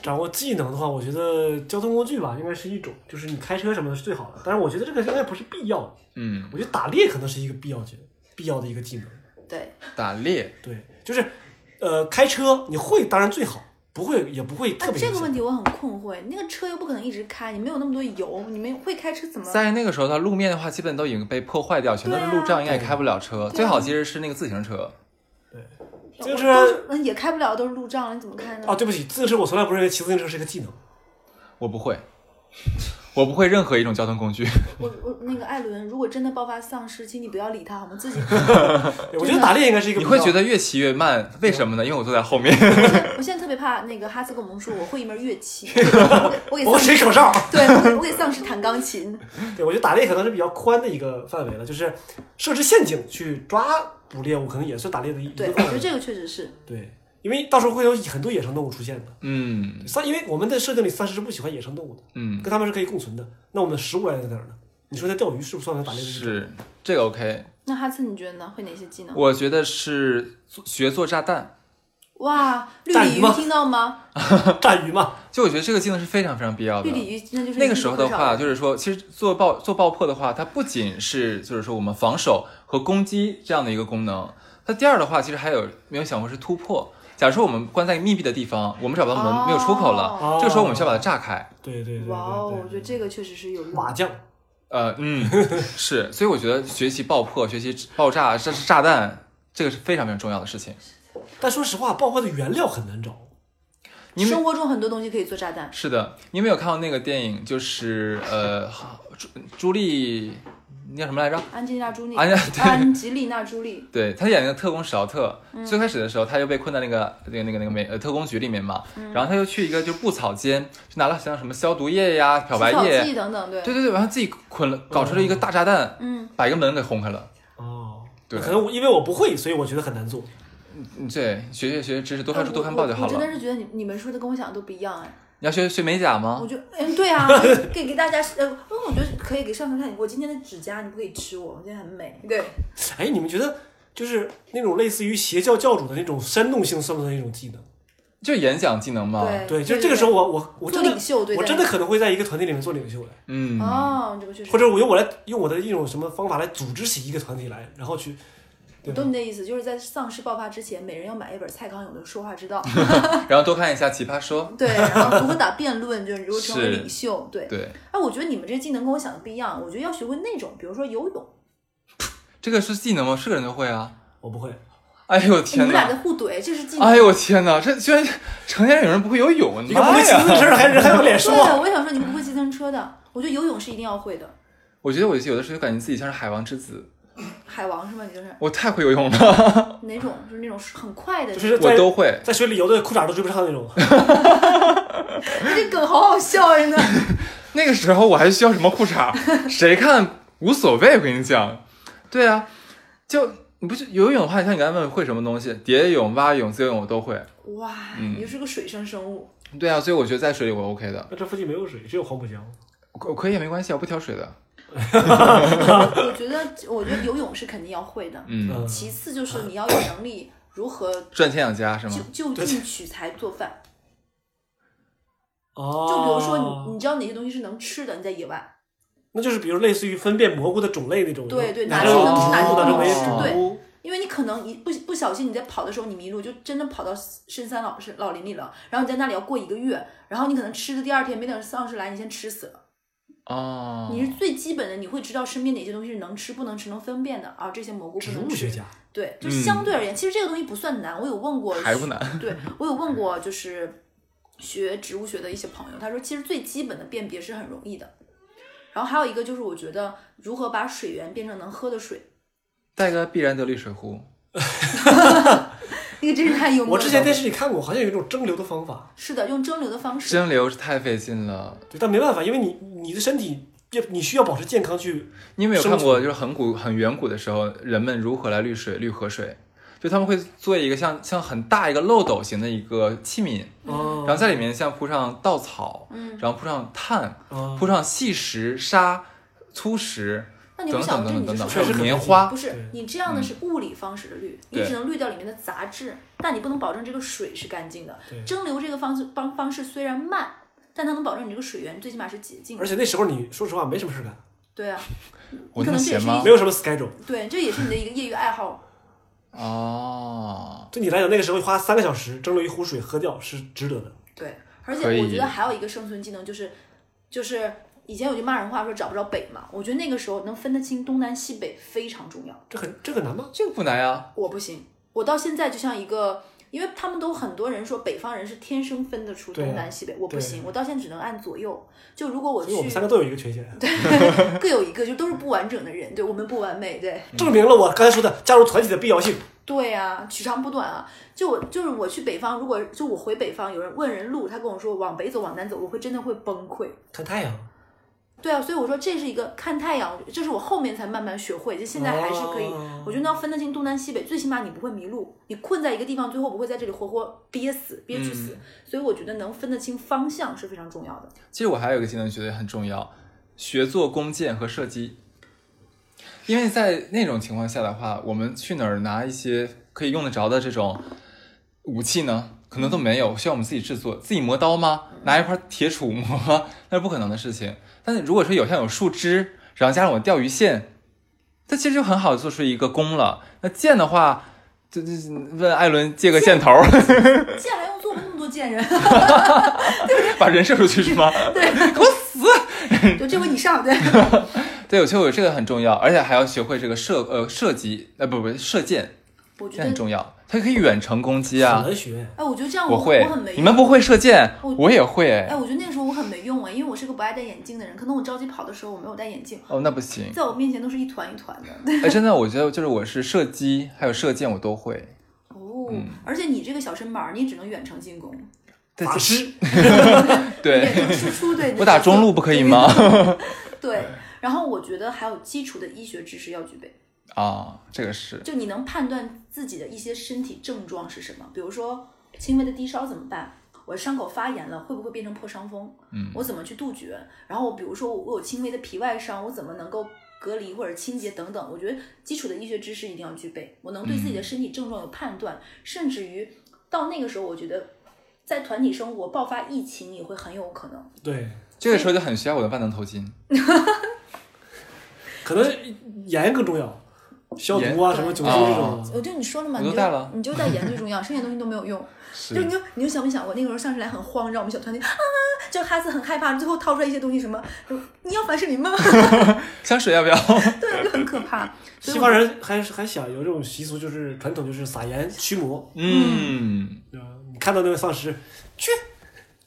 S3: 掌握技能的话，我觉得交通工具吧，应该是一种，就是你开车什么的是最好的。但是我觉得这个应该不是必要的，
S2: 嗯，
S3: 我觉得打猎可能是一个必要技必要的一个技能。
S1: 对，
S2: 打猎，
S3: 对，就是呃，开车你会当然最好，不会也不会
S1: 啊
S3: 特，别、
S1: 这个问题我很困惑。你那个车又不可能一直开，你没有那么多油，你没会开车怎么？
S2: 在那个时候，它路面的话基本都已经被破坏掉，全都是路障，应该也开不了车。最好其实是那个自行车，
S3: 自行
S1: 都
S3: 车
S1: 是嗯也开不了，都是路障了，你怎么开呢？
S3: 哦，对不起，自行车我从来不认为骑自行车是个技能。
S2: 我不会，我不会任何一种交通工具。
S1: 我我那个艾伦，如果真的爆发丧尸，请你不要理他好吗？自己。
S3: 对我觉得
S1: 啊
S3: 打猎应该是一个
S2: 你
S3: 比较。
S2: 会觉得越骑越慢，为什么呢？因为我坐在后面。
S1: 我现在我现在特别怕那个哈斯跟我们说我会一门乐
S3: (laughs)
S1: 器，我给我给
S3: 我
S1: 丧
S3: 吹
S1: 尸
S3: 口哨。
S1: 对我给我给丧尸弹钢琴。
S3: 对，我觉得打猎可能是比较宽的一个范围了，就是设置陷阱去抓捕猎物，可能也是打猎的一一
S1: 对，
S3: 个
S1: 我
S3: 范
S1: 觉得
S3: 围。
S1: 这个确实是。
S3: 对，因为到时候会有很多野生动物出现的。
S2: 嗯
S3: 丧，因为我们的设定里丧尸是不喜欢野生动物的，
S2: 嗯
S3: 跟，他们是可以共存的。那我们的食物来源在哪儿呢？你说在钓鱼是不是算在打猎的一种？
S2: 是这个 OK。
S1: 那哈斯你觉得呢？会哪些技能？
S2: 我觉得是做学做炸弹，
S1: 哇，绿
S3: 战
S1: 鲤
S3: 鱼
S1: 鱼
S3: 吗
S1: 听到吗？
S3: 战鱼嘛，
S2: 就我觉得这个技能是非常非常必要的
S1: 绿。鲤鱼那就是
S2: 那个时候的
S1: 一定
S2: 话，
S1: 会
S2: 就是说，其实做爆做爆破的话，它不仅是就是说我们防守和攻击这样的一个功能，它第二的话，其实还有没有想过是突破。假如说我们关在密闭的地方，我们找不到门，没有出口了，
S3: 哦
S2: 这个时候我们需要把它炸开。
S3: 对对对对
S1: 哇哦，我觉得
S3: 对
S1: 这个确实是有用的
S3: 麻将，
S2: 呃，嗯，是，所以我觉得学习爆破、学习爆炸，甚至炸弹，这个是非常非常重要的事情。
S3: 但说实话，爆破的原料很难找。
S2: 你们
S1: 生活中很多东西可以做炸弹，
S2: 是的，你有没有看过那个电影？就是呃，朱朱莉，那叫什么来着？
S1: 安吉丽娜·朱莉，
S2: 安吉对
S1: 安吉丽娜·朱莉，
S2: 对他演那个特工史奥特，
S1: 嗯
S2: 最开始的时候他就被困在那个那个那个那个美呃特工局里面嘛，
S1: 嗯
S2: 然后他就去一个就布草间，就拿了像什么消毒液呀、漂白
S1: 除草
S2: 液，
S1: 剂等等，对，
S2: 对对对，然后自己捆了，搞出了一个大炸弹，
S1: 嗯，
S2: 把一个门给轰开了。
S3: 哦，
S2: 对
S3: 可能我因为我不会，所以我觉得很难做。
S2: 嗯对，学学学知识，多
S1: 哎
S2: 看书，
S1: 我
S2: 多看报就
S1: 我
S2: 好
S1: 我真
S2: 了。
S1: 的是觉得你你们说的跟我想的都不一样哎，
S2: 你要学学美甲吗
S1: 我？就嗯对
S2: (laughs)
S1: 啊，可以给大家呃，因为我觉得可以给上头看我今天的指甲，你不可以吃我，我今天很美，对，
S3: 哎，你们觉得就是那种类似于邪教教主的那种煽动性，算不算一种技能？
S2: 就演讲技能嘛。
S1: 对
S3: 对，就是这个时候我我我
S1: 做
S3: 真
S1: 领
S3: 的
S1: 袖，对
S3: 我真的可能会在一个团体里面做领袖，哎，
S2: 嗯，
S1: 哦，这个确实
S3: 或。者我用我来用我的一种什么方法来组织起一个团体来，然后去
S1: 我懂你的意思，就是在丧尸爆发之前，每人要买一本蔡康永的《说话之道》， (laughs)
S2: 然后多看一下《奇葩说
S1: 对，然后如何打辩论，就是如何成为
S2: 是
S1: 领袖，对》。。
S2: 对，
S1: 哎，我觉得你们这技能跟我想的不一样，我觉得要学会那种，比如说游泳，
S2: 这个是技能吗？是个人就会啊。
S3: 我不会，
S2: 哎呦
S1: 你
S2: 天
S1: 们俩
S2: 哪！
S1: 在互怼，这是技能。
S2: 哎呦天哪！这居然成年人有人不会游泳，
S3: 一个不
S2: 妈
S3: 会骑自
S2: 呀！
S3: 行车的还人还有脸说
S1: 对，啊
S3: 我，
S1: 我也想说你们不会骑自行车的，我觉得游泳是一定要会的。
S2: 我觉得我有的时候感觉自己像是海王之子，
S1: 海王是吗？你就是
S2: 我太会游
S1: (laughs)
S2: 泳了，
S1: 哪种？就是那种很快的。
S3: 就是
S2: 我
S3: 在
S2: 都会。
S3: 在水里游的裤衩都追不上那种。 (laughs)
S1: 这梗好好笑啊
S3: (laughs)
S1: 呀！那
S2: 那个时候我还需要什么裤
S1: (laughs)
S2: 衩？谁看无所谓，我跟你讲。对啊，就你不是游泳的话，像你刚才问会什么东西，蝶泳、蛙泳、自由泳我都会。
S1: 哇，
S2: 嗯
S1: 你就是个水生生物。
S2: 对啊，所以我觉得在水里我 OK 的，
S3: 那这附近没有水，只有黄浦江。
S2: 我我可以也没关系啊，我不挑水的。
S1: 我我觉得，我觉得游泳是肯定要会
S2: (laughs)
S1: 的。
S2: 嗯，
S3: 嗯
S1: 其次就是你要
S3: (coughs)
S1: 有能力如何
S2: 赚钱养家是吗
S3: 嗯
S1: 就？就近取材做饭。
S3: 哦，
S1: 就比如说你，你知道哪些东西是能吃的，你在野外。
S3: 那就是比如类似于分辨蘑菇的种类那种，
S1: 对对
S3: 哪
S1: 哪
S3: 种
S2: 是
S3: 有
S2: 能吃
S3: 毒
S2: 哪种
S3: 哪种
S2: 不
S3: 没
S2: 吃
S1: 对
S3: 毒。
S1: 因为你可能一不不小心你在跑的时候你迷路，就真的跑到深山老深老林里了，然后你在那里要过一个月，然后你可能吃的第二天没等丧尸来，你先吃死了。
S2: 哦，
S1: 你是最基本的，你会知道身边哪些东西是能吃、不能吃、能分辨的啊，这些蘑菇不
S3: 植
S1: 能
S3: 物
S1: 吃
S3: 学。家，
S1: 对，就相对而言，其实这个东西不算难。我有问过，
S2: 嗯还不难。
S1: 对我有问过，就是学植物学的一些朋友，他说其实最基本的辨别是很容易的。然后还有一个就是，我觉得如何把水源变成能喝的水，
S2: 带个必然得利水壶，
S1: 那个真是太幽默了。
S3: 我之前电视里看过，好像有一种蒸馏的方法，
S1: 是的，用蒸馏的方式，
S2: 蒸馏是太费劲了。
S3: 对，但没办法，因为你你的身体要你需要保持健康去，
S2: 你有没有看
S3: 生
S2: 过，
S3: 存
S2: 就是很古很远古的时候，人们如何来滤水、滤河水？就他们会做一个像像很大一个漏斗型的一个器皿，
S3: 哦
S2: 然后在里面像铺上稻草，
S1: 嗯，
S2: 然后铺上炭，
S3: 哦
S2: 铺上细石、沙、粗石
S1: 那
S2: 等
S1: 你们
S2: 等
S1: 想，
S2: 等
S1: 这
S2: 等
S1: 你
S2: 等
S1: 是
S2: 等，
S1: 属
S2: 还
S3: 确
S1: 于
S3: 实
S2: 有
S3: 很
S2: 棉
S3: 费劲
S2: 花
S1: 不。是
S3: 对
S1: 你这样的是物理方式的滤，你
S2: 对
S1: 只能滤掉里面的杂质，但你不能保证这个水是干净的
S3: 对。
S1: 蒸馏这个方式方方式虽然慢，但它能保证你这个水源最起码是洁净的
S3: 而。且那时候你说实话没什么事干，
S1: 对啊，
S2: 我
S1: 可
S2: 那么
S1: 能这也
S2: 闲
S1: 是
S2: 吗
S1: 一
S3: 没有什么 schedule，
S1: 对，这也是你的一个业余爱好。
S2: 哦，
S3: 对你来讲那个时候花三个小时蒸馏一壶水喝掉是值得的。
S1: 对，而
S2: 可
S1: 且
S2: 以
S1: 我觉得还有一个生存技能就是，就是以前有句骂人话说找不着北嘛，我觉得那个时候能分得清东南西北非常重要。
S3: 这很这很难吗？
S2: 这个不难呀。
S1: 我不行，我到现在就像一个，因为他们都很多人说北方人是天生分得出
S3: 对啊
S1: 东南西北，我不
S3: 对
S1: 行，我到现在只能按左右。就如果我
S3: 所
S1: 去
S3: 以我们三个都有一个缺陷，
S1: 各有一个，就都是不完整的人，对我们不完美，对
S3: 证明了我刚才说的加入团体的必要性。
S1: 对呀、取长补短啊。就我就是我去北方，如果就我回北方，有人问人路，他跟我说往北走往南走，我会真的会崩溃。
S3: 看太阳，
S1: 对啊，所以我说这是一个看太阳，这是我后面才慢慢学会，就现在还是可以。
S3: 哦
S1: 我觉得要分得清东南西北，最起码你不会迷路，你困在一个地方，最后不会在这里活活憋死、憋屈
S2: 嗯
S1: 死。所以我觉得能分得清方向是非常重要
S2: (laughs)
S1: 的。
S2: 其实我还有一个技能觉得很重要，学做弓箭和射击。因为在那种情况下的话，我们去哪儿拿一些可以用得着的这种武器呢？可能都没有，需要我们自己制作，自己磨刀吗？拿一块铁杵磨吗？那是不可能的事情。但是如果说有像有树枝，然后加上我钓鱼线，它其实就很好做出一个弓了。那箭的话，这这问艾伦借个箭头，
S1: 见还用做吗？那么多贱人，
S2: (laughs)
S1: (laughs)
S2: 把人射出去是吗？
S1: 对，
S2: 给我死！
S1: 就这回你上，
S2: (laughs)
S1: 对，
S2: 对，我觉得我这个很重要，而且还要学会这个射呃射击，呃不不射箭，
S1: 我觉
S2: 这很
S1: 得，
S2: 重要，它可以远程攻击
S3: 很
S2: 啊。
S3: 难学。
S1: 哎，我觉得这样
S2: 我
S1: 会，
S2: 会
S1: 我很没，
S2: 你们不会射箭，
S1: 我
S2: 我也会哎
S1: 哎，。我觉得那个时候我很没用啊，因为我是个不爱戴眼镜的人，可能我着急跑的时候我没有戴眼镜，
S2: 哦，那不行。
S1: 在我面前都是一团一团的。 (laughs)
S2: 哎，真的，我觉得就是我是射击还有射箭我都会。
S1: 哦，
S2: 嗯
S1: 而且你这个小身板儿，你只能远程进攻，
S2: 对
S3: 法 (laughs) 师，
S2: 对，
S1: 远程输出对。
S2: (laughs) 我打中路不可以吗？
S1: 对，然后我觉得还有基础的医学知识要具备，
S2: 啊，这个是
S1: 就你能判断自己的一些身体症状是什么，比如说轻微的低烧怎么办？我伤口发炎了，会不会变成破伤风？
S2: 嗯
S1: 我怎么去杜绝？然后我比如说我有轻微的皮外伤，我怎么能够隔离或者清洁等等？我觉得基础的医学知识一定要具备，我能对自己的身体症状有判断，甚至于到那个时候，我觉得在团体生活爆发疫情也会很有可能。
S3: 对，
S2: 这个时候就很需要我的万能头巾。
S3: 可能盐更重要，消毒啊，
S1: 盐
S3: 什么酒精
S2: 啊
S3: 这种。
S1: 我哦就你说了嘛，
S2: 我
S1: 你
S2: 都
S1: 就
S2: 带了 (laughs)
S1: 你就带盐最重要，剩下东西都没有用。
S2: 是
S1: 就你就你就想没想过那个时候上次来很慌，让我们小团队啊，就哈斯很害怕，最后掏出来一些东西，什么什么你要凡士林吗？
S2: 香水要不
S1: (laughs)
S2: 要？(laughs)
S1: 对，就很可怕。所以
S3: 西
S1: 我
S3: 方人还还想有这种习俗，就是传统就是撒盐驱魔。
S2: 嗯，
S3: 对吧你看到那个丧尸，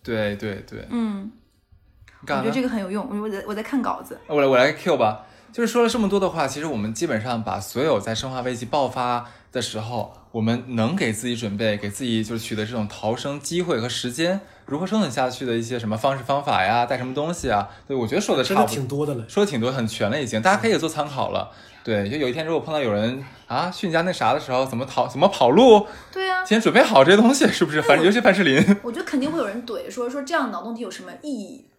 S2: 对对对，
S1: 嗯，
S2: 你
S1: 我
S2: 干
S1: 觉
S2: 啥
S1: 得
S2: 呢？
S1: 这个很有用。我在我在看稿子，
S2: 我来我来 Q 吧。就是说了这么多的话，其实我们基本上把所有在生化危机爆发的时候，我们能给自己准备、给自己就是取得这种逃生机会和时间，如何生存下去的一些什么方式方法呀，带什么东西啊，对我觉得说的
S3: 真
S2: 差
S3: 的
S2: 不多。
S3: 挺多的了。
S2: 说的挺多，很全了已经，大家可以做参考了。对，就有一天如果碰到有人啊去你家那啥的时候，怎么逃，怎么跑路，
S1: 对啊，
S2: 先准备好这些东西，是不是？反正尤其凡士林
S1: 我觉得肯定会有人怼说说这样脑洞题有什么意义？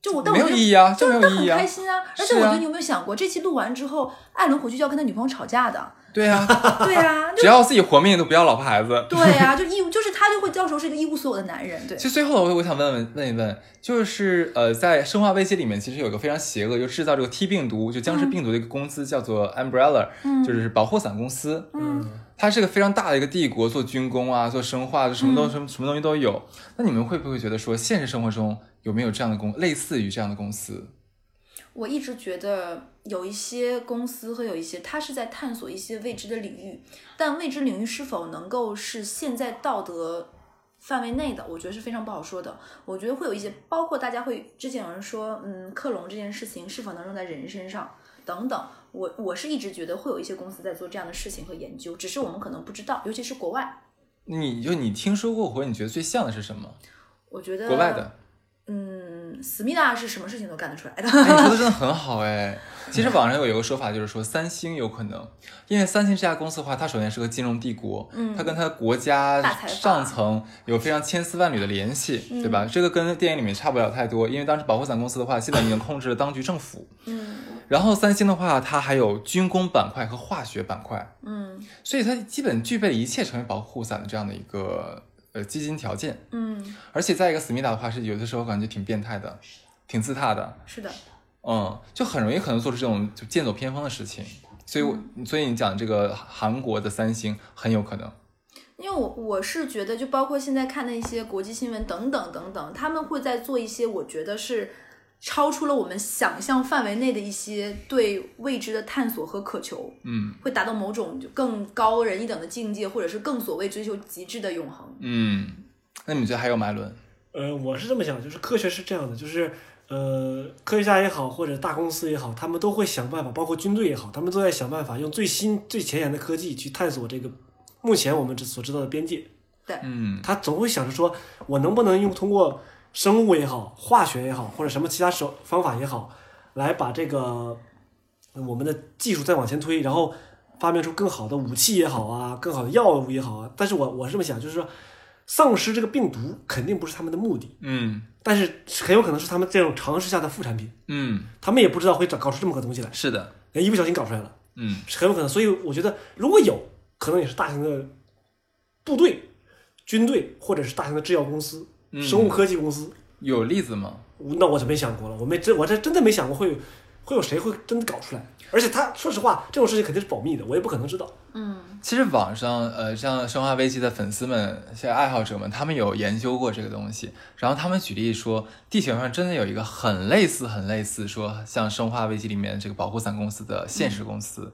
S1: 就我，但
S2: 没
S1: 我
S2: 有
S1: 觉得
S2: 意义啊，就
S1: 就
S2: 没
S1: 是他
S2: 有意
S1: 很
S2: 义啊
S1: 开。心啊！而
S2: 是
S1: 且我觉
S2: 啊
S1: 得你有没有想过，这期录完之后，艾伦回去就要跟他女朋友吵架的。 (laughs)
S2: 对啊，
S1: 对啊，
S2: 只
S1: 就
S2: 要自己活命都不要老婆孩子。
S1: 对啊，就一无就是他就会到时候是一个一无所有的男人。对，
S2: 其实最后我我想问问问一问，就是呃，在《生化危机》里面，其实有一个非常邪恶，就制造这个 T 病毒，就僵尸病毒的一个公司叫做 Umbrella，、就是保护伞公司。
S3: 嗯，
S2: 它是个非常大的一个帝国，做军工啊，做生化，什么都什么什么东西都有。那你们会不会觉得说，现实生活中有没有这样的公，类似于这样的公司？
S1: 我一直觉得有一些公司和有一些，它是在探索一些未知的领域，但未知领域是否能够是现在道德范围内的，我觉得是非常不好说的。我觉得会有一些，包括大家会之前有人说，嗯，克隆这件事情是否能用在人身上等等。我我是一直觉得会有一些公司在做这样的事情和研究，只是我们可能不知道，尤其是国外。
S2: 你就你听说过或者你觉得最像的是什么？
S1: 我觉得
S2: 国外的，
S1: 嗯，思密达是什么事情都干得出来的。 (laughs)
S2: 哎，你说的真的很好哎。其实网上有一个说法，就是说三星有可能，因为三星这家公司的话，它首先是个金融帝国，
S1: 嗯
S2: 它跟它的国家
S1: 大财阀
S2: 上层有非常千丝万缕的联系，对
S1: 嗯
S2: 吧？这个跟电影里面差不了太多，因为当时保护伞公司的话，基本已经控制了当局政府，
S1: 嗯
S2: 然后三星的话，它还有军工板块和化学板块，
S1: 嗯
S2: 所以它基本具备一切成为保护伞的这样的一个呃基金条件。
S1: 嗯，
S2: 而且再一个，思密达的话是有的时候感觉挺变态的，挺自大的，
S1: 是的，
S2: 嗯，就很容易可能做出这种就剑走偏锋的事情。所以我，所以你讲这个韩国的三星很有可能，
S1: 因为我我是觉得，就包括现在看的一些国际新闻等等等等，他们会在做一些我觉得是超出了我们想象范围内的一些对未知的探索和渴求，
S2: 嗯
S1: 会达到某种就更高人一等的境界，或者是更所谓追求极致的永恒。
S2: 嗯。那你觉得还有马伦？
S3: 呃，我是这么想，就是科学是这样的，就是呃，科学家也好，或者大公司也好，他们都会想办法，包括军队也好，他们都在想办法用最新最前沿的科技去探索这个目前我们只所知道的边界。
S2: 嗯
S3: 他总会想着说，我能不能用通过生物也好、化学也好，或者什么其他手方法也好，来把这个呃我们的技术再往前推，然后发明出更好的武器也好啊，更好的药物也好啊。但是我我是这么想，就是说，丧尸这个病毒肯定不是他们的目的，
S2: 嗯
S3: 但是很有可能是他们这种尝试下的副产品。
S2: 嗯，
S3: 他们也不知道会搞搞出这么个东西来，
S2: 是的，
S3: 人一不小心搞出来了，
S2: 嗯
S3: 是很有可能。所以我觉得，如果有可能也是大型的部队、军队，或者是大型的制药公司、
S2: 嗯
S3: 生物科技公司。
S2: 有例子吗？
S3: 我那我就没想过了，我没真我这真的没想过会有会有谁会真的搞出来？而且他说实话，这种事情肯定是保密的，我也不可能知道。
S2: 其实网上呃，像《生化危机》的粉丝们、现在爱好者们，他们有研究过这个东西，然后他们举例说，地球上真的有一个很类似、很类似，说像《生化危机》里面这个保护伞公司的现实公司，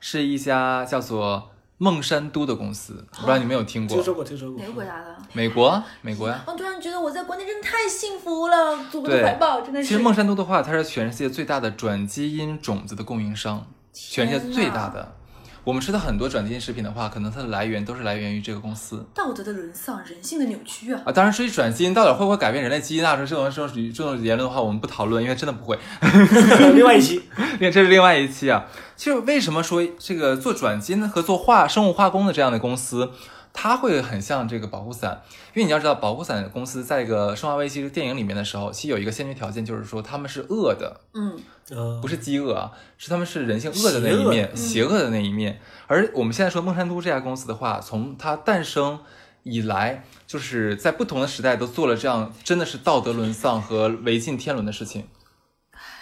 S2: 是一家叫做孟山都的公司，我不知道你们有听过？
S3: 听说过，听说过
S1: 哪。个国家的？
S2: 美国，美国呀、
S1: 我突然觉得我在国内真的太幸福了，祖国的
S2: 嗯对
S1: 怀抱真的是。
S2: 其实孟山都的话，它是全世界最大的转基因种子的供应商，全世界最大的。我们吃的很多转基因食品的话，可能它的来源都是来源于这个公司
S1: 道德的沦丧，人性的扭曲啊！
S2: 啊。当然，至于转基因到底会不会改变人类基因啊，这种这种这种言论的话，我们不讨论，因为真的不会。
S3: (laughs)
S2: (laughs)
S3: 另外一期，
S2: 另这是另外一期啊。其实为什么说这个做转基因和做化生物化工的这样的公司，它会很像这个保护伞？因为你要知道，保护伞公司在这个《生化危机》电影里面的时候，其实有一个先决条件，就是说他们是恶的，
S1: 嗯，
S3: 嗯，
S2: 不是饥饿啊，是他们是人性恶嗯的那一面，邪恶的那一面。而我们现在说孟山都这家公司的话，从它诞生以来，就是在不同的时代都做了这样真的是道德沦丧和违禁天伦的事情。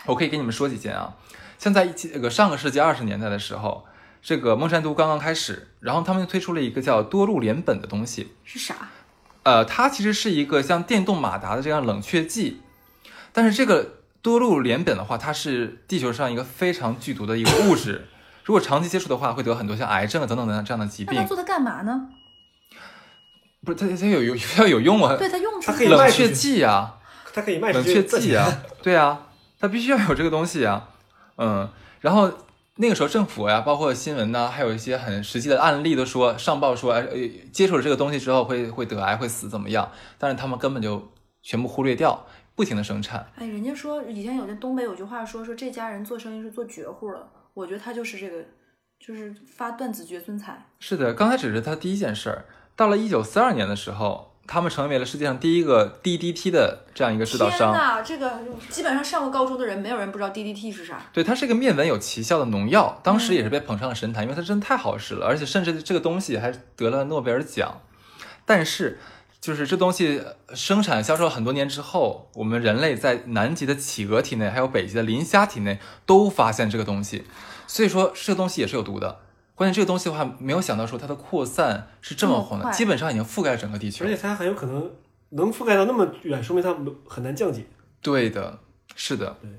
S2: 我可以给你们说几件啊，像在一起这个上个世纪二十年代的时候，这个孟山都刚刚开始，然后他们就推出了一个叫多路联苯的东西，
S1: 是啥？
S2: 呃，它其实是一个像电动马达的这样冷却剂，但是这个多氯联苯的话，它是地球上一个非常剧毒的一个物质，如果长期接触的话，会得很多像癌症啊等等等等这样的疾
S1: 那他
S2: 病。
S1: 做它干嘛呢？
S2: 不是，它它有有 (laughs) 要有用啊，
S1: 对他用处
S3: 它可以
S1: 是
S3: 卖
S2: 冷
S3: 出去
S2: 却剂啊，
S3: 他可以卖出
S2: 冷
S3: 去
S2: 却剂啊， (laughs) 对啊，它必须要有这个东西啊，嗯，然后那个时候政府呀、包括新闻呐、还有一些很实际的案例都说上报说，哎呃，接触了这个东西之后会会得癌会死怎么样，但是他们根本就全部忽略掉，不停的生产，
S1: 哎，人家说以前有句东北有句话说说这家人做生意是做绝户了，我觉得他就是这个，就是发断子绝孙财。
S2: 是的，刚才只是它第一件事儿，到了一九四二年的时候，他们成为了世界上第一个 DDT 的这样一个制造
S1: 天
S2: 商。
S1: 呐，这个基本上上过高中的人，没有人不知道 DDT 是啥。
S2: 对，它是一个面粉有奇效的农药，当时也是被捧上了神坛，因为它真的太好吃了，而且甚至这个东西还得了诺贝尔奖。但是，就是这东西呃生产销售了很多年之后，我们人类在南极的企鹅体内，还有北极的磷虾体内都发现这个东西，所以说这个东西也是有毒的。关键这个东西的话，没有想到说它的扩散是这么
S1: 这么
S2: 红的，
S1: 快
S2: 基本上已经覆盖了整个地球
S3: 而。且它很有可能能覆盖到那么远，说明它很难降解。
S2: 对的，是的
S3: 对，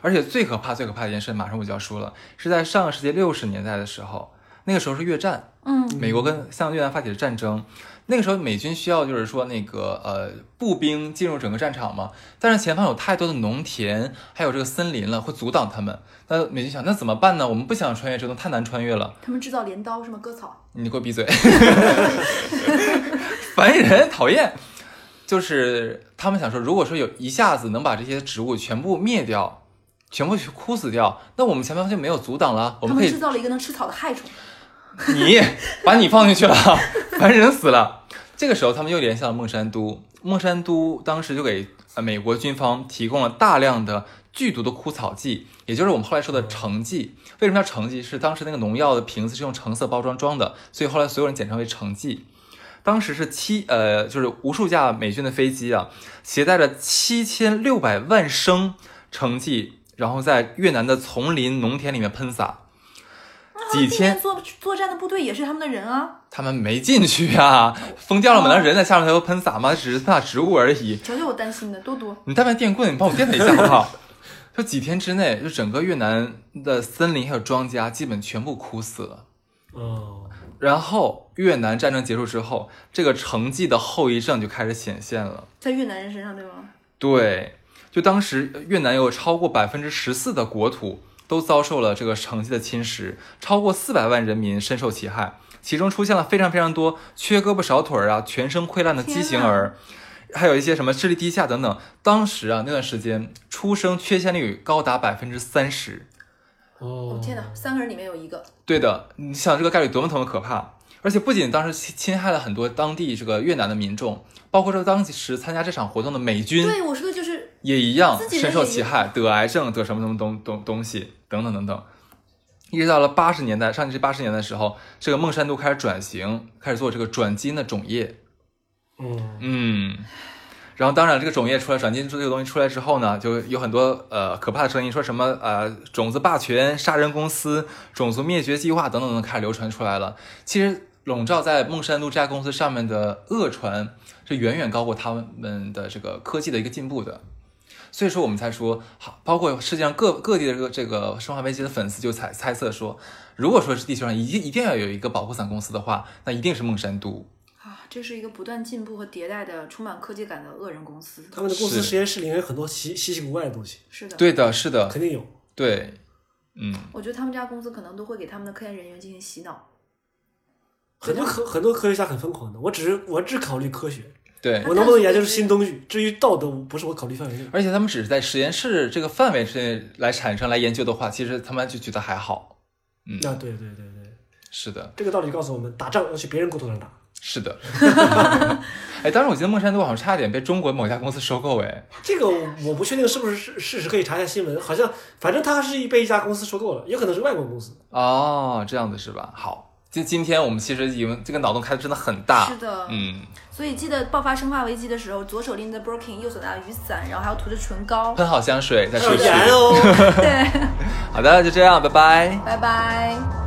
S2: 而且最可怕、最可怕的一件事，马上我就要说了，是在上个世纪六十年代的时候，那个时候是越战，
S1: 嗯，
S2: 美国跟向越南发起的战争，那个时候美军需要就是说那个呃步兵进入整个战场嘛，但是前方有太多的农田还有这个森林了，会阻挡他们。那美军想，那怎么办呢？我们不想穿越这东西，太难穿越了。
S1: 他们制造镰刀什么割草，
S2: 你给我闭嘴， (laughs) 烦人，讨厌。就是他们想说，如果说有一下子能把这些植物全部灭掉，全部枯死掉，那我们前方就没有阻挡了，我
S1: 他
S2: 们可
S1: 们
S2: 以
S1: 制造了一个能吃草的害虫。
S2: (laughs) 你把你放进去了，烦人死了。这个时候，他们又联想了孟山都，孟山都当时就给呃美国军方提供了大量的剧毒的枯草剂，也就是我们后来说的橙剂。为什么叫橙剂？是当时那个农药的瓶子是用橙色包装装的，所以后来所有人简称为橙剂。当时是七呃，就是无数架美军的飞机啊，携带着七千六百万升橙剂，然后在越南的丛林、农田里面喷洒。几
S1: 地
S2: 天
S1: 面作作战的部队也是他们的人啊，
S2: 他们没进去啊，封掉了门，人在下面才会喷洒嘛，只是喷洒植物而已。
S1: 瞧瞧我担心的多多。
S2: 你带把电棍，你帮我电他一下好不好？就几天之内，就整个越南的森林还有庄稼基本全部枯死了。
S3: 哦，
S2: 然后越南战争结束之后，这个成绩的后遗症就开始显现了。
S1: 在越南人身上，对吗？
S2: 对，就当时呃越南有超过百分之十四的国土都遭受了这个成绩的侵蚀，超过四百万人民深受其害，其中出现了非常非常多缺胳膊少腿儿啊、全身溃烂的畸形儿。还有一些什么智力低下等等，当时啊那段时间出生缺陷率高达百分之三十，
S1: 我、
S3: 哦
S1: 天哪，三个人里面有一个，
S2: 对的，你想这个概率多么多么可怕！而且不仅当时侵侵害了很多当地这个越南的民众，包括说当时参加这场活动的美军，
S1: 对我说的就是
S2: 也一样
S1: 自己人
S2: 深受
S1: 也
S2: 其
S1: 一样
S2: 害，得癌症，得什么什么东东东西等等等等。一直到了八十年代，上世纪八十年代的时候，这个孟山都开始转型，开始做这个转基因的种业。
S3: 嗯，
S2: 嗯，然后当然这个种业出来，转基因这个东西出来之后呢，就有很多呃可怕的声音，说什么呃种子霸权、杀人公司、种族灭绝计划等等等开始流传出来了。其实笼罩在孟山都这家公司上面的恶传是远远高过他们的这个科技的一个进步的。所以说我们才说，好，包括世界上各各地的这个这个《生化危机》的粉丝就猜猜测说，如果说是地球上一定一定要有一个保护伞公司的话，那一定是孟山都。
S1: 啊，这是一个不断进步和迭代的、充满科技感的恶人公司。
S3: 他们的公
S2: 是
S3: 司实验室里面有很多稀稀奇古怪的东西，
S1: 是的，
S2: 对的，是的，
S3: 肯定有。
S2: 对，嗯，
S1: 我觉得他们这家公司可能都会给他们的科研人员进行洗脑。
S3: 很多科很多科学家很疯狂的，我只是我只考虑科学，
S2: 对。
S3: 我能不能研究出新东西，至于道德不是我考虑范围内。
S2: 而且他们只是在实验室这个范围之内来产生来研究的话，其实他们就觉得还好。嗯，
S3: 那啊对对对对，
S2: 是的，
S3: 这个道理告诉我们，打仗要去别人国土上打。
S2: 是 (laughs) 的。哎，当时我记得孟山都好像差点被中国某家公司收购，哎，
S3: 这个我不确定是不是事事实，可以查一下新闻。好像反正它是被一家公司收购了，也可能是外国公司。
S2: 哦，这样子是吧？好，今今天我们其实已经这个脑洞开的真的很大，
S1: 是的，
S2: 嗯，
S1: 所以记得爆发生化危机的时候，左手拎着 Birkin，右手拿着雨伞，然后还要涂着唇膏。
S2: 喷好香水再
S3: 还有
S1: 啊
S2: 出去。
S3: 盐哦。
S1: 对，
S2: 好的，就这样，拜拜。
S1: 拜拜。